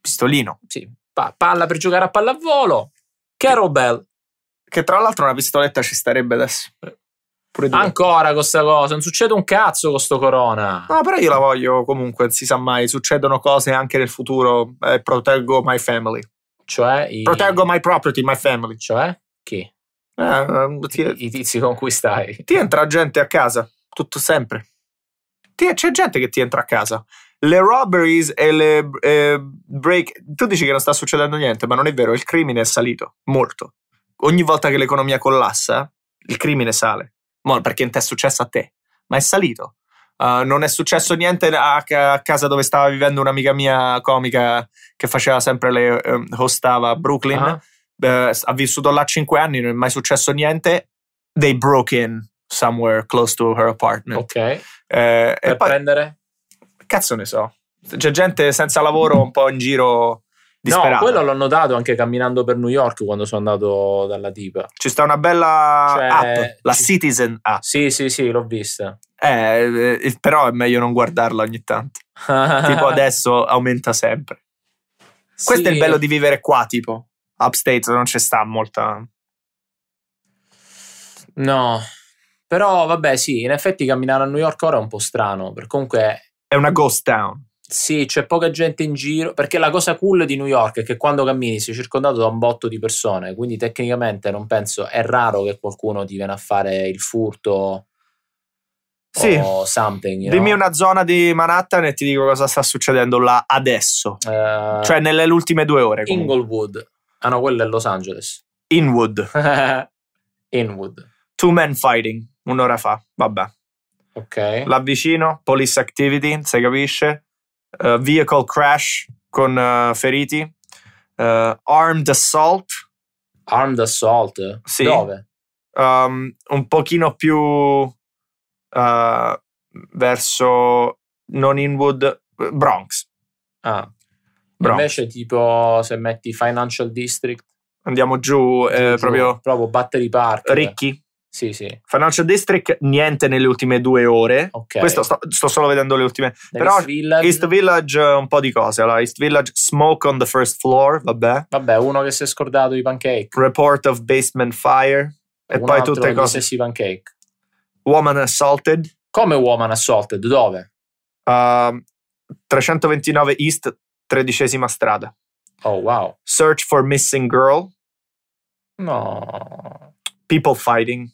Speaker 3: Pistolino,
Speaker 2: sì, pa- palla per giocare a pallavolo, kettlebell,
Speaker 3: che tra l'altro una pistoletta ci starebbe adesso. Pure due.
Speaker 2: ancora questa cosa, non succede un cazzo con sto corona.
Speaker 3: No, però io la voglio comunque, si sa mai, succedono cose anche nel futuro. eh, proteggo my family.
Speaker 2: Cioè, i-
Speaker 3: Proteggo my property, my family.
Speaker 2: cioè chi?
Speaker 3: Eh, eh, ti,
Speaker 2: I tizi con cui stai.
Speaker 3: ti entra gente a casa, tutto sempre. Ti- c'è gente che ti entra a casa. Le robberies e le eh, break. Tu dici che non sta succedendo niente, ma non è vero, il crimine è salito molto. Ogni volta che l'economia collassa, il crimine sale. Mo, perché non è successo a te, ma è salito. Uh, non è successo niente a, ca- a casa dove stava vivendo un'amica mia comica che faceva sempre le ehm, hostava a Brooklyn.
Speaker 2: Ah,
Speaker 3: Eh, ha vissuto là 5 anni, non è mai successo niente. They broke in somewhere close to her apartment.
Speaker 2: ok, per
Speaker 3: Eh, e Mm. poi,
Speaker 2: prendere?
Speaker 3: cazzo ne so, c'è gente senza lavoro un po' in giro disperata.
Speaker 2: No, quello l'ho notato anche camminando per New York quando sono andato dalla tipa.
Speaker 3: Ci sta una bella
Speaker 2: Cioè,
Speaker 3: app, la
Speaker 2: ci-
Speaker 3: Citizen app.
Speaker 2: Sì, sì, sì, l'ho vista.
Speaker 3: Eh, eh, però è meglio non guardarla ogni tanto. Tipo adesso aumenta sempre. Questo è il bello di vivere qua, tipo. Upstate non ci sta molta...
Speaker 2: No, però vabbè, sì, in effetti camminare a New York ora è un po' strano, perché comunque
Speaker 3: È una ghost town.
Speaker 2: sì, c'è poca gente in giro, perché la cosa cool di New York è che quando cammini sei circondato da un botto di persone, quindi tecnicamente non penso, è raro che qualcuno ti viene a fare il furto
Speaker 3: Sì.
Speaker 2: o something. you
Speaker 3: Dimmi
Speaker 2: know?
Speaker 3: una zona di Manhattan e ti dico cosa sta succedendo là adesso.
Speaker 2: Eh,
Speaker 3: Cioè nelle ultime due ore. comunque.
Speaker 2: Inglewood. Ah no, quello è Los Angeles.
Speaker 3: Inwood.
Speaker 2: Inwood.
Speaker 3: Two men fighting. Un'ora fa. Vabbè.
Speaker 2: Ok.
Speaker 3: L'avvicino. Police activity. Se capisce. Eh, vehicle crash con eh, feriti. Eh, armed assault.
Speaker 2: Armed assault.
Speaker 3: Sì.
Speaker 2: Dove?
Speaker 3: Um, un pochino più eh, verso non Inwood. Bronx.
Speaker 2: Ah.
Speaker 3: Bronx.
Speaker 2: Invece tipo se metti Financial District,
Speaker 3: Andiamo giù, eh,
Speaker 2: giù,
Speaker 3: proprio
Speaker 2: proprio Battery Park.
Speaker 3: ricchi.
Speaker 2: Sì, sì.
Speaker 3: Financial District, niente nelle ultime due ore.
Speaker 2: Ok. Ehm.
Speaker 3: Questo sto, sto solo vedendo le ultime.
Speaker 2: Dai,
Speaker 3: però-
Speaker 2: East Village.
Speaker 3: East Village, eh, un po' di cose. Allora, East Village, Smoke on the First Floor, vabbè.
Speaker 2: Vabbè, uno che si è scordato i pancake.
Speaker 3: Report of Basement Fire. E
Speaker 2: un
Speaker 3: poi
Speaker 2: altro
Speaker 3: tutte
Speaker 2: gli
Speaker 3: cose.
Speaker 2: stessi pancake.
Speaker 3: Woman Assaulted.
Speaker 2: Come Woman Assaulted, dove?
Speaker 3: um, 329 East, tredicesima strada.
Speaker 2: Oh, wow.
Speaker 3: Search for Missing Girl.
Speaker 2: No.
Speaker 3: People Fighting.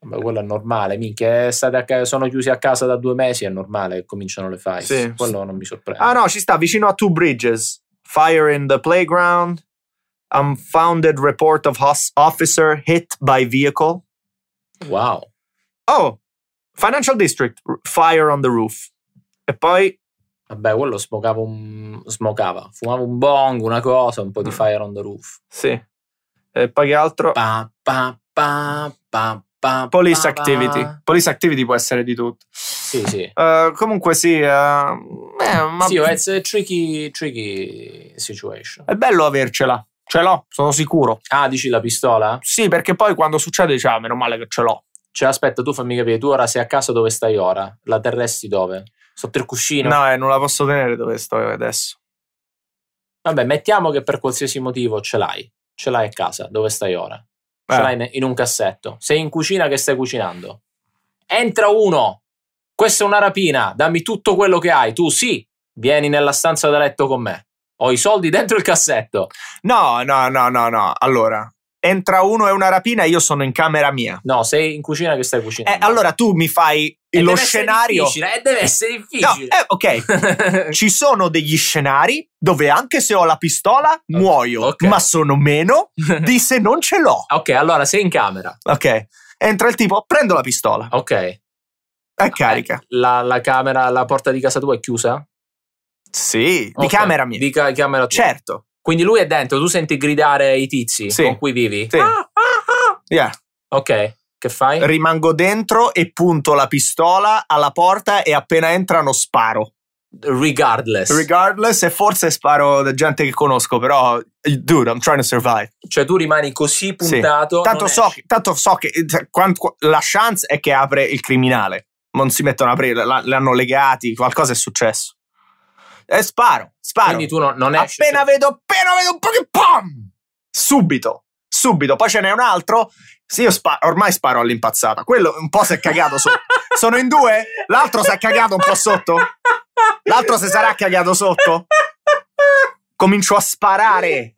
Speaker 2: Vabbè, quello è normale, minchia. è state a ca- sono chiusi a casa da due mesi, è normale che cominciano le fight.
Speaker 3: Sì.
Speaker 2: Quello non mi sorprende.
Speaker 3: Ah no, ci sta vicino a Two Bridges. Fire in the Playground. Unfounded report of hos- officer hit by vehicle.
Speaker 2: Wow.
Speaker 3: Oh, Financial District, r- fire on the roof. E poi
Speaker 2: Vabbè, quello smocava un... smocava. Fumava un bong, una cosa, un po' di
Speaker 3: Mm.
Speaker 2: fire on the roof.
Speaker 3: Sì. E poi che altro?
Speaker 2: Pa, pa, pa, pa, pa,
Speaker 3: Police
Speaker 2: pa, pa.
Speaker 3: activity. Police activity può essere di tutto.
Speaker 2: Sì, sì.
Speaker 3: Eh, comunque sì, eh, eh, ma
Speaker 2: Sì, oh, it's a tricky, tricky situation.
Speaker 3: è bello avercela. Ce l'ho, sono sicuro.
Speaker 2: Ah, dici la pistola?
Speaker 3: Sì, perché poi quando succede dici, ah, meno male che ce l'ho.
Speaker 2: Cioè, aspetta, tu fammi capire, tu ora sei a casa dove stai ora? La terresti dove? Sotto il cuscino?
Speaker 3: No, eh, non la posso tenere dove sto io adesso.
Speaker 2: Vabbè, mettiamo che per qualsiasi motivo ce l'hai. Ce l'hai a casa, dove stai ora? Ce
Speaker 3: Eh.
Speaker 2: l'hai ne- in un cassetto. Sei in cucina che stai cucinando. Entra uno. Questa è una rapina. Dammi tutto quello che hai. Tu sì, vieni nella stanza da letto con me. Ho i soldi dentro il cassetto.
Speaker 3: No, no, no, no, no. Allora, entra uno e una rapina e io sono in camera mia.
Speaker 2: No, sei in cucina che stai
Speaker 3: Eh,
Speaker 2: cucinando.
Speaker 3: allora tu mi fai
Speaker 2: E
Speaker 3: lo
Speaker 2: deve essere
Speaker 3: scenario.
Speaker 2: difficile, eh, deve essere
Speaker 3: No,
Speaker 2: difficile.
Speaker 3: eh, ok. Ci sono degli scenari dove anche se ho la pistola muoio,
Speaker 2: ok.
Speaker 3: ma sono meno di se non ce l'ho.
Speaker 2: ok, allora sei in camera.
Speaker 3: Ok. Entra il tipo, prendo la pistola
Speaker 2: Ok. Eh,
Speaker 3: e carica.
Speaker 2: La, la camera, la porta di casa tua è chiusa?
Speaker 3: Sì, di
Speaker 2: Ok,
Speaker 3: camera mia.
Speaker 2: Di ca- camera tua.
Speaker 3: Certo.
Speaker 2: Quindi lui è dentro, tu senti gridare i tizi
Speaker 3: Sì.
Speaker 2: con cui vivi? Ah,
Speaker 3: Sì. Yeah.
Speaker 2: Ok, che fai?
Speaker 3: Rimango dentro e punto la pistola alla porta e appena entrano sparo.
Speaker 2: Regardless.
Speaker 3: Regardless, e forse sparo da gente che conosco, però dude, I'm trying to survive.
Speaker 2: cioè tu rimani così puntato.
Speaker 3: Tanto
Speaker 2: non
Speaker 3: so,
Speaker 2: esci.
Speaker 3: che- tanto so che eh, quant- qu- la chance è che apre il criminale. Non si mettono a aprire, la- li hanno legati, qualcosa è successo. E sparo, sparo.
Speaker 2: Quindi tu no- non esci.
Speaker 3: appena
Speaker 2: se-
Speaker 3: vedo, appena vedo un po' che pam! Subito, subito. Poi ce n'è un altro. Sì, io spa- ormai sparo all'impazzata. Quello un po' si è cagato sotto. Sono in due? L'altro si è cagato un po' sotto? L'altro si sarà cagato sotto? Comincio a sparare.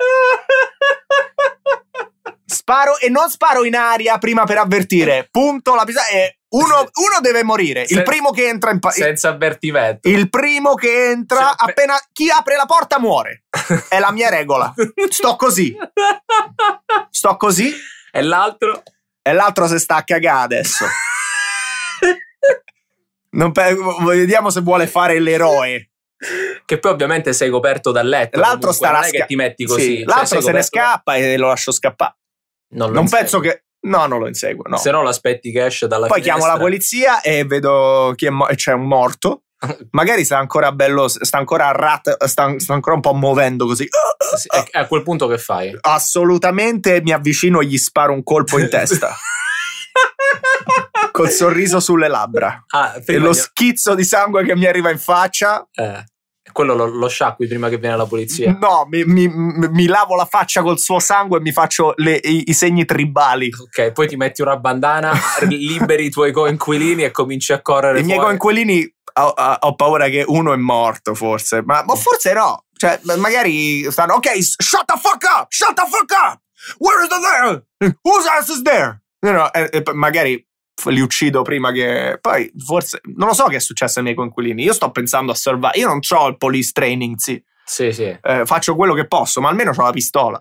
Speaker 3: Sparo e non sparo in aria prima per avvertire. Punto la pistola. E uno, uno deve morire. Il
Speaker 2: Se-
Speaker 3: primo che entra in pa-
Speaker 2: Senza avvertimento.
Speaker 3: il primo che entra,
Speaker 2: Se-
Speaker 3: appena chi apre la porta muore. È la mia regola. Sto così, sto così.
Speaker 2: e l'altro.
Speaker 3: E l'altro se sta a cagare adesso. Non pe- vediamo se vuole fare l'eroe.
Speaker 2: Che poi ovviamente sei coperto dal letto.
Speaker 3: L'altro
Speaker 2: comunque,
Speaker 3: starà
Speaker 2: Non è che
Speaker 3: sca-
Speaker 2: ti metti
Speaker 3: sì,
Speaker 2: così. cioè, sei
Speaker 3: l'altro se ne
Speaker 2: coperto da-
Speaker 3: scappa e lo lascio scappare.
Speaker 2: Non, lo
Speaker 3: Non
Speaker 2: insegui.
Speaker 3: penso che. No, non lo inseguo. No.
Speaker 2: Se no l'aspetti che esce dalla
Speaker 3: Poi
Speaker 2: finestra.
Speaker 3: chiamo la polizia e vedo chi è mo- c'è un morto. Magari sta ancora bello, sta ancora a rat, sta, sta ancora un po' muovendo così.
Speaker 2: Sì, e- e a quel punto che fai?
Speaker 3: Assolutamente mi avvicino e gli sparo un colpo in testa. col sorriso sulle labbra.
Speaker 2: Ah,
Speaker 3: E
Speaker 2: prima
Speaker 3: lo
Speaker 2: gli-
Speaker 3: schizzo di sangue che mi arriva in faccia.
Speaker 2: eh, quello lo, lo sciacqui prima che viene la polizia.
Speaker 3: No, mi, mi- mi lavo la faccia col suo sangue e mi faccio le- i, i segni tribali.
Speaker 2: Ok, poi ti metti una bandana, liberi i tuoi coinquilini e cominci a correre.
Speaker 3: I miei
Speaker 2: fuori.
Speaker 3: coinquilini ho, ho- ho paura che uno è morto, forse. Ma, ma forse no. Cioè, ma- magari stanno. Ok, s- shut the fuck up! Shut the fuck up! Where is the there? Whose ass is there? No, no, e- e poi magari f- li uccido prima che. Poi, forse. Non lo so che è successo ai miei coinquilini. Io sto pensando a salvare. Io non ho il police training, sì.
Speaker 2: Sì, sì.
Speaker 3: Eh, faccio quello che posso, ma almeno ho la pistola.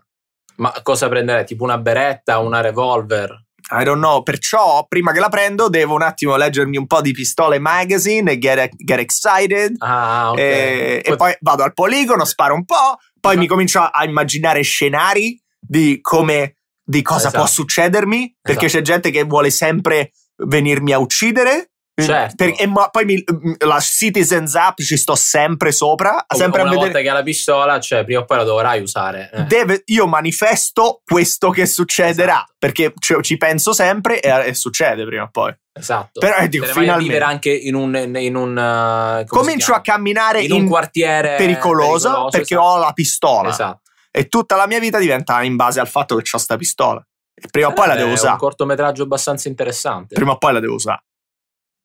Speaker 2: Ma cosa prenderei? Tipo una beretta, una revolver?
Speaker 3: I don't know, perciò prima che la prendo devo un attimo leggermi un po' di pistole magazine e get, get excited.
Speaker 2: Ah, ok.
Speaker 3: Eh, E, e poi vado al poligono, sparo un po', poi
Speaker 2: Esatto.
Speaker 3: mi comincio a, a immaginare scenari di come di cosa
Speaker 2: Esatto.
Speaker 3: può succedermi, perché
Speaker 2: Esatto.
Speaker 3: c'è gente che vuole sempre venirmi a uccidere
Speaker 2: Certo.
Speaker 3: Per- e ma poi mi- la Citizen's App ci sto sempre sopra, sempre
Speaker 2: Oh, una
Speaker 3: a vedere.
Speaker 2: volta che hai la pistola, cioè, prima o poi la dovrai usare. eh.
Speaker 3: Deve- io manifesto questo che succederà
Speaker 2: Esatto.
Speaker 3: perché ci- ci penso sempre e, e succede prima o poi.
Speaker 2: esatto.
Speaker 3: Però eh,
Speaker 2: Te
Speaker 3: dico,
Speaker 2: ne vai a vivere anche
Speaker 3: finalmente
Speaker 2: in un. in un, eh, come si
Speaker 3: comincio
Speaker 2: chiama?
Speaker 3: a camminare in,
Speaker 2: in un quartiere
Speaker 3: pericoloso, perché
Speaker 2: esatto.
Speaker 3: ho la pistola
Speaker 2: Esatto.
Speaker 3: e tutta la mia vita diventa in base al fatto che ho sta pistola. E prima o poi la
Speaker 2: Sarebbe
Speaker 3: devo
Speaker 2: Eh, un
Speaker 3: usare.
Speaker 2: cortometraggio abbastanza interessante.
Speaker 3: Prima o poi la devo usare.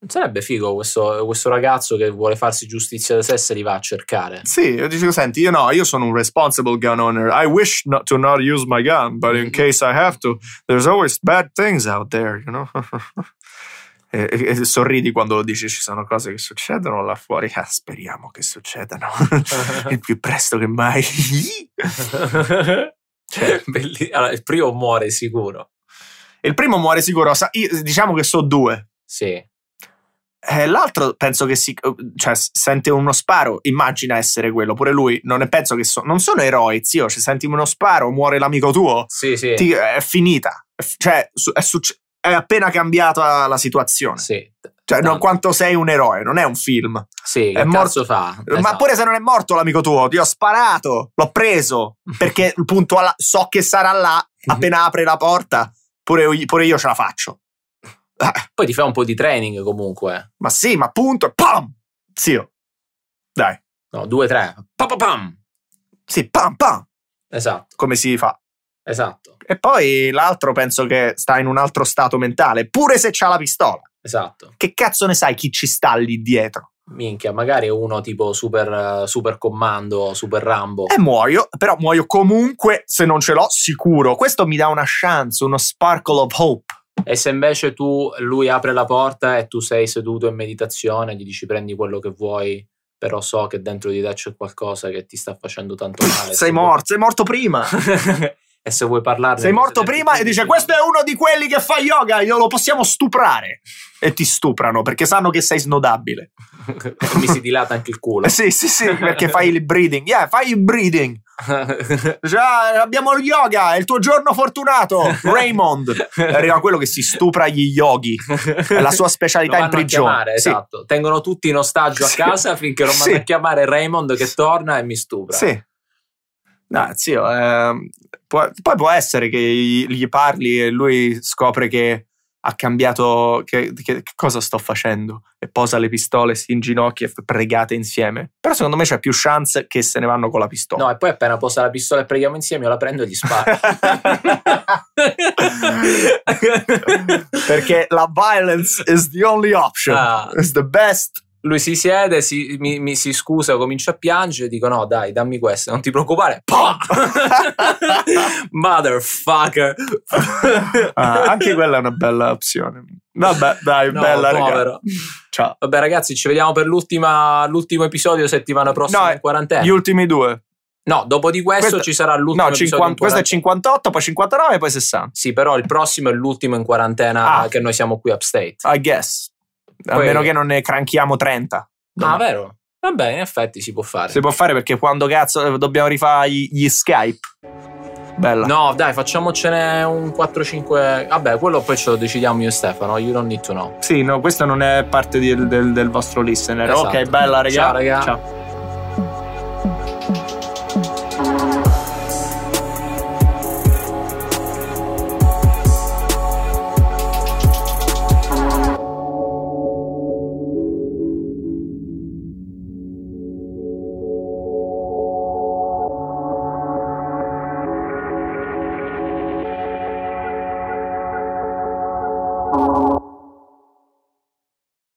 Speaker 2: Non sarebbe figo questo, questo ragazzo che vuole farsi giustizia da sé se li va a cercare.
Speaker 3: Sì, io dico, senti, io no, io sono un responsible gun owner. I wish not to not use my gun, but in case I have to, there's always bad things out there, you know? E, e- e sorridi quando lo dici, ci sono cose che succedono là fuori. Ah, speriamo che succedano il più presto che mai.
Speaker 2: Cioè, belli- allora, il primo muore sicuro.
Speaker 3: il primo muore sicuro, sa- io- diciamo che so due.
Speaker 2: Sì.
Speaker 3: Eh, l'altro penso che si, cioè, s- sente uno sparo, immagina essere quello, pure lui. Non, è- penso che so- non sono eroi, zio. Cioè, senti uno sparo, muore l'amico tuo.
Speaker 2: Sì, sì.
Speaker 3: Ti- è finita. F- Cioè, su- è, succe- è appena cambiata la situazione.
Speaker 2: Sì.
Speaker 3: Cioè, non
Speaker 2: No.
Speaker 3: quanto sei un eroe, non è un film.
Speaker 2: Sì, che
Speaker 3: è
Speaker 2: cazzo fa?
Speaker 3: Ma
Speaker 2: Esatto.
Speaker 3: pure se non è morto l'amico tuo, ti ho sparato, l'ho preso, perché appunto alla- so che sarà là,
Speaker 2: Mhm.
Speaker 3: appena apre la porta, pure, pure io ce la faccio. Ah,
Speaker 2: Poi ti fa un po' di training comunque.
Speaker 3: Ma sì, ma appunto, e pam! Zio. Dai.
Speaker 2: No, due, tre. Pa, pa, pam.
Speaker 3: Sì, pam pam,
Speaker 2: Esatto,
Speaker 3: come si fa.
Speaker 2: esatto,
Speaker 3: E poi l'altro penso che sta in un altro stato mentale, pure se c'ha la pistola.
Speaker 2: esatto.
Speaker 3: Che cazzo ne sai chi ci sta lì dietro?
Speaker 2: Minchia, magari è uno tipo super, eh, super comando, super Rambo.
Speaker 3: E muoio, però muoio comunque se non ce l'ho sicuro. Questo mi dà una chance, uno sparkle of hope.
Speaker 2: E se invece tu, lui apre la porta e tu sei seduto in meditazione, gli dici prendi quello che vuoi, però so che dentro di te c'è qualcosa che ti sta facendo tanto male.
Speaker 3: Sei
Speaker 2: Se vuoi-
Speaker 3: morto, sei morto prima.
Speaker 2: Eh, e se vuoi parlarne...
Speaker 3: Sei morto
Speaker 2: se-
Speaker 3: prima e dice questo è uno di quelli che fa yoga, io lo possiamo stuprare. E ti stuprano perché sanno che sei snodabile.
Speaker 2: E Mi si dilata anche il culo.
Speaker 3: Eh, Sì, sì, sì, perché fai il breathing. Yeah, fai il breathing. Dice, "Ah, abbiamo lo yoga, è il tuo giorno fortunato, Raymond. E Arriva quello che si stupra gli yogi. È la sua specialità
Speaker 2: Lo
Speaker 3: in
Speaker 2: vanno a
Speaker 3: prigione.
Speaker 2: chiamare,
Speaker 3: Sì.
Speaker 2: esatto. Tengono tutti in ostaggio
Speaker 3: Sì.
Speaker 2: a casa finché non
Speaker 3: Sì.
Speaker 2: vanno a chiamare Raymond che torna e mi stupra.
Speaker 3: Sì. No, zio, ehm, può- poi può essere che gli, gli parli e lui scopre che ha cambiato, che, che- che cosa sto facendo, e posa le pistole, si inginocchia e f- pregate insieme. Però secondo me c'è più chance che se ne vanno con la pistola.
Speaker 2: No, e poi appena posa la pistola e preghiamo insieme, io la prendo e gli sparo.
Speaker 3: Perché la violence is the only option,
Speaker 2: Ah.
Speaker 3: is the best.
Speaker 2: lui si siede, si, mi, mi si scusa, comincia a piangere, dico no dai dammi questo, non ti preoccupare. Pah! Motherfucker.
Speaker 3: Ah, anche quella è una bella opzione. Vabbè, dai,
Speaker 2: No,
Speaker 3: bella, raga.
Speaker 2: povero.
Speaker 3: Ciao.
Speaker 2: Vabbè ragazzi, ci vediamo per l'ultima, l'ultimo episodio settimana prossima
Speaker 3: No,
Speaker 2: in quarantena.
Speaker 3: Gli ultimi due.
Speaker 2: No, dopo di questo,
Speaker 3: Questo-
Speaker 2: ci sarà l'ultimo
Speaker 3: No,
Speaker 2: episodio.
Speaker 3: 50
Speaker 2: in
Speaker 3: questo è
Speaker 2: quarantena.
Speaker 3: 58, poi 59, poi 60.
Speaker 2: Sì, però il prossimo è l'ultimo in quarantena
Speaker 3: Ah.
Speaker 2: che noi siamo qui upstate.
Speaker 3: I guess. A
Speaker 2: Poi-
Speaker 3: meno che non ne cranchiamo 30.
Speaker 2: Ah, vero? Vabbè, in effetti si può fare.
Speaker 3: Si può fare perché quando cazzo eh, dobbiamo rifare gli, gli Skype. Bella.
Speaker 2: No, dai, facciamocene un 4-5. Vabbè, quello poi ce lo decidiamo io e Stefano. You don't need to know.
Speaker 3: Sì, no, questo non è parte del, del- del vostro listener.
Speaker 2: Esatto.
Speaker 3: Ok, bella, raga.
Speaker 2: Ciao, raga.
Speaker 3: Ciao.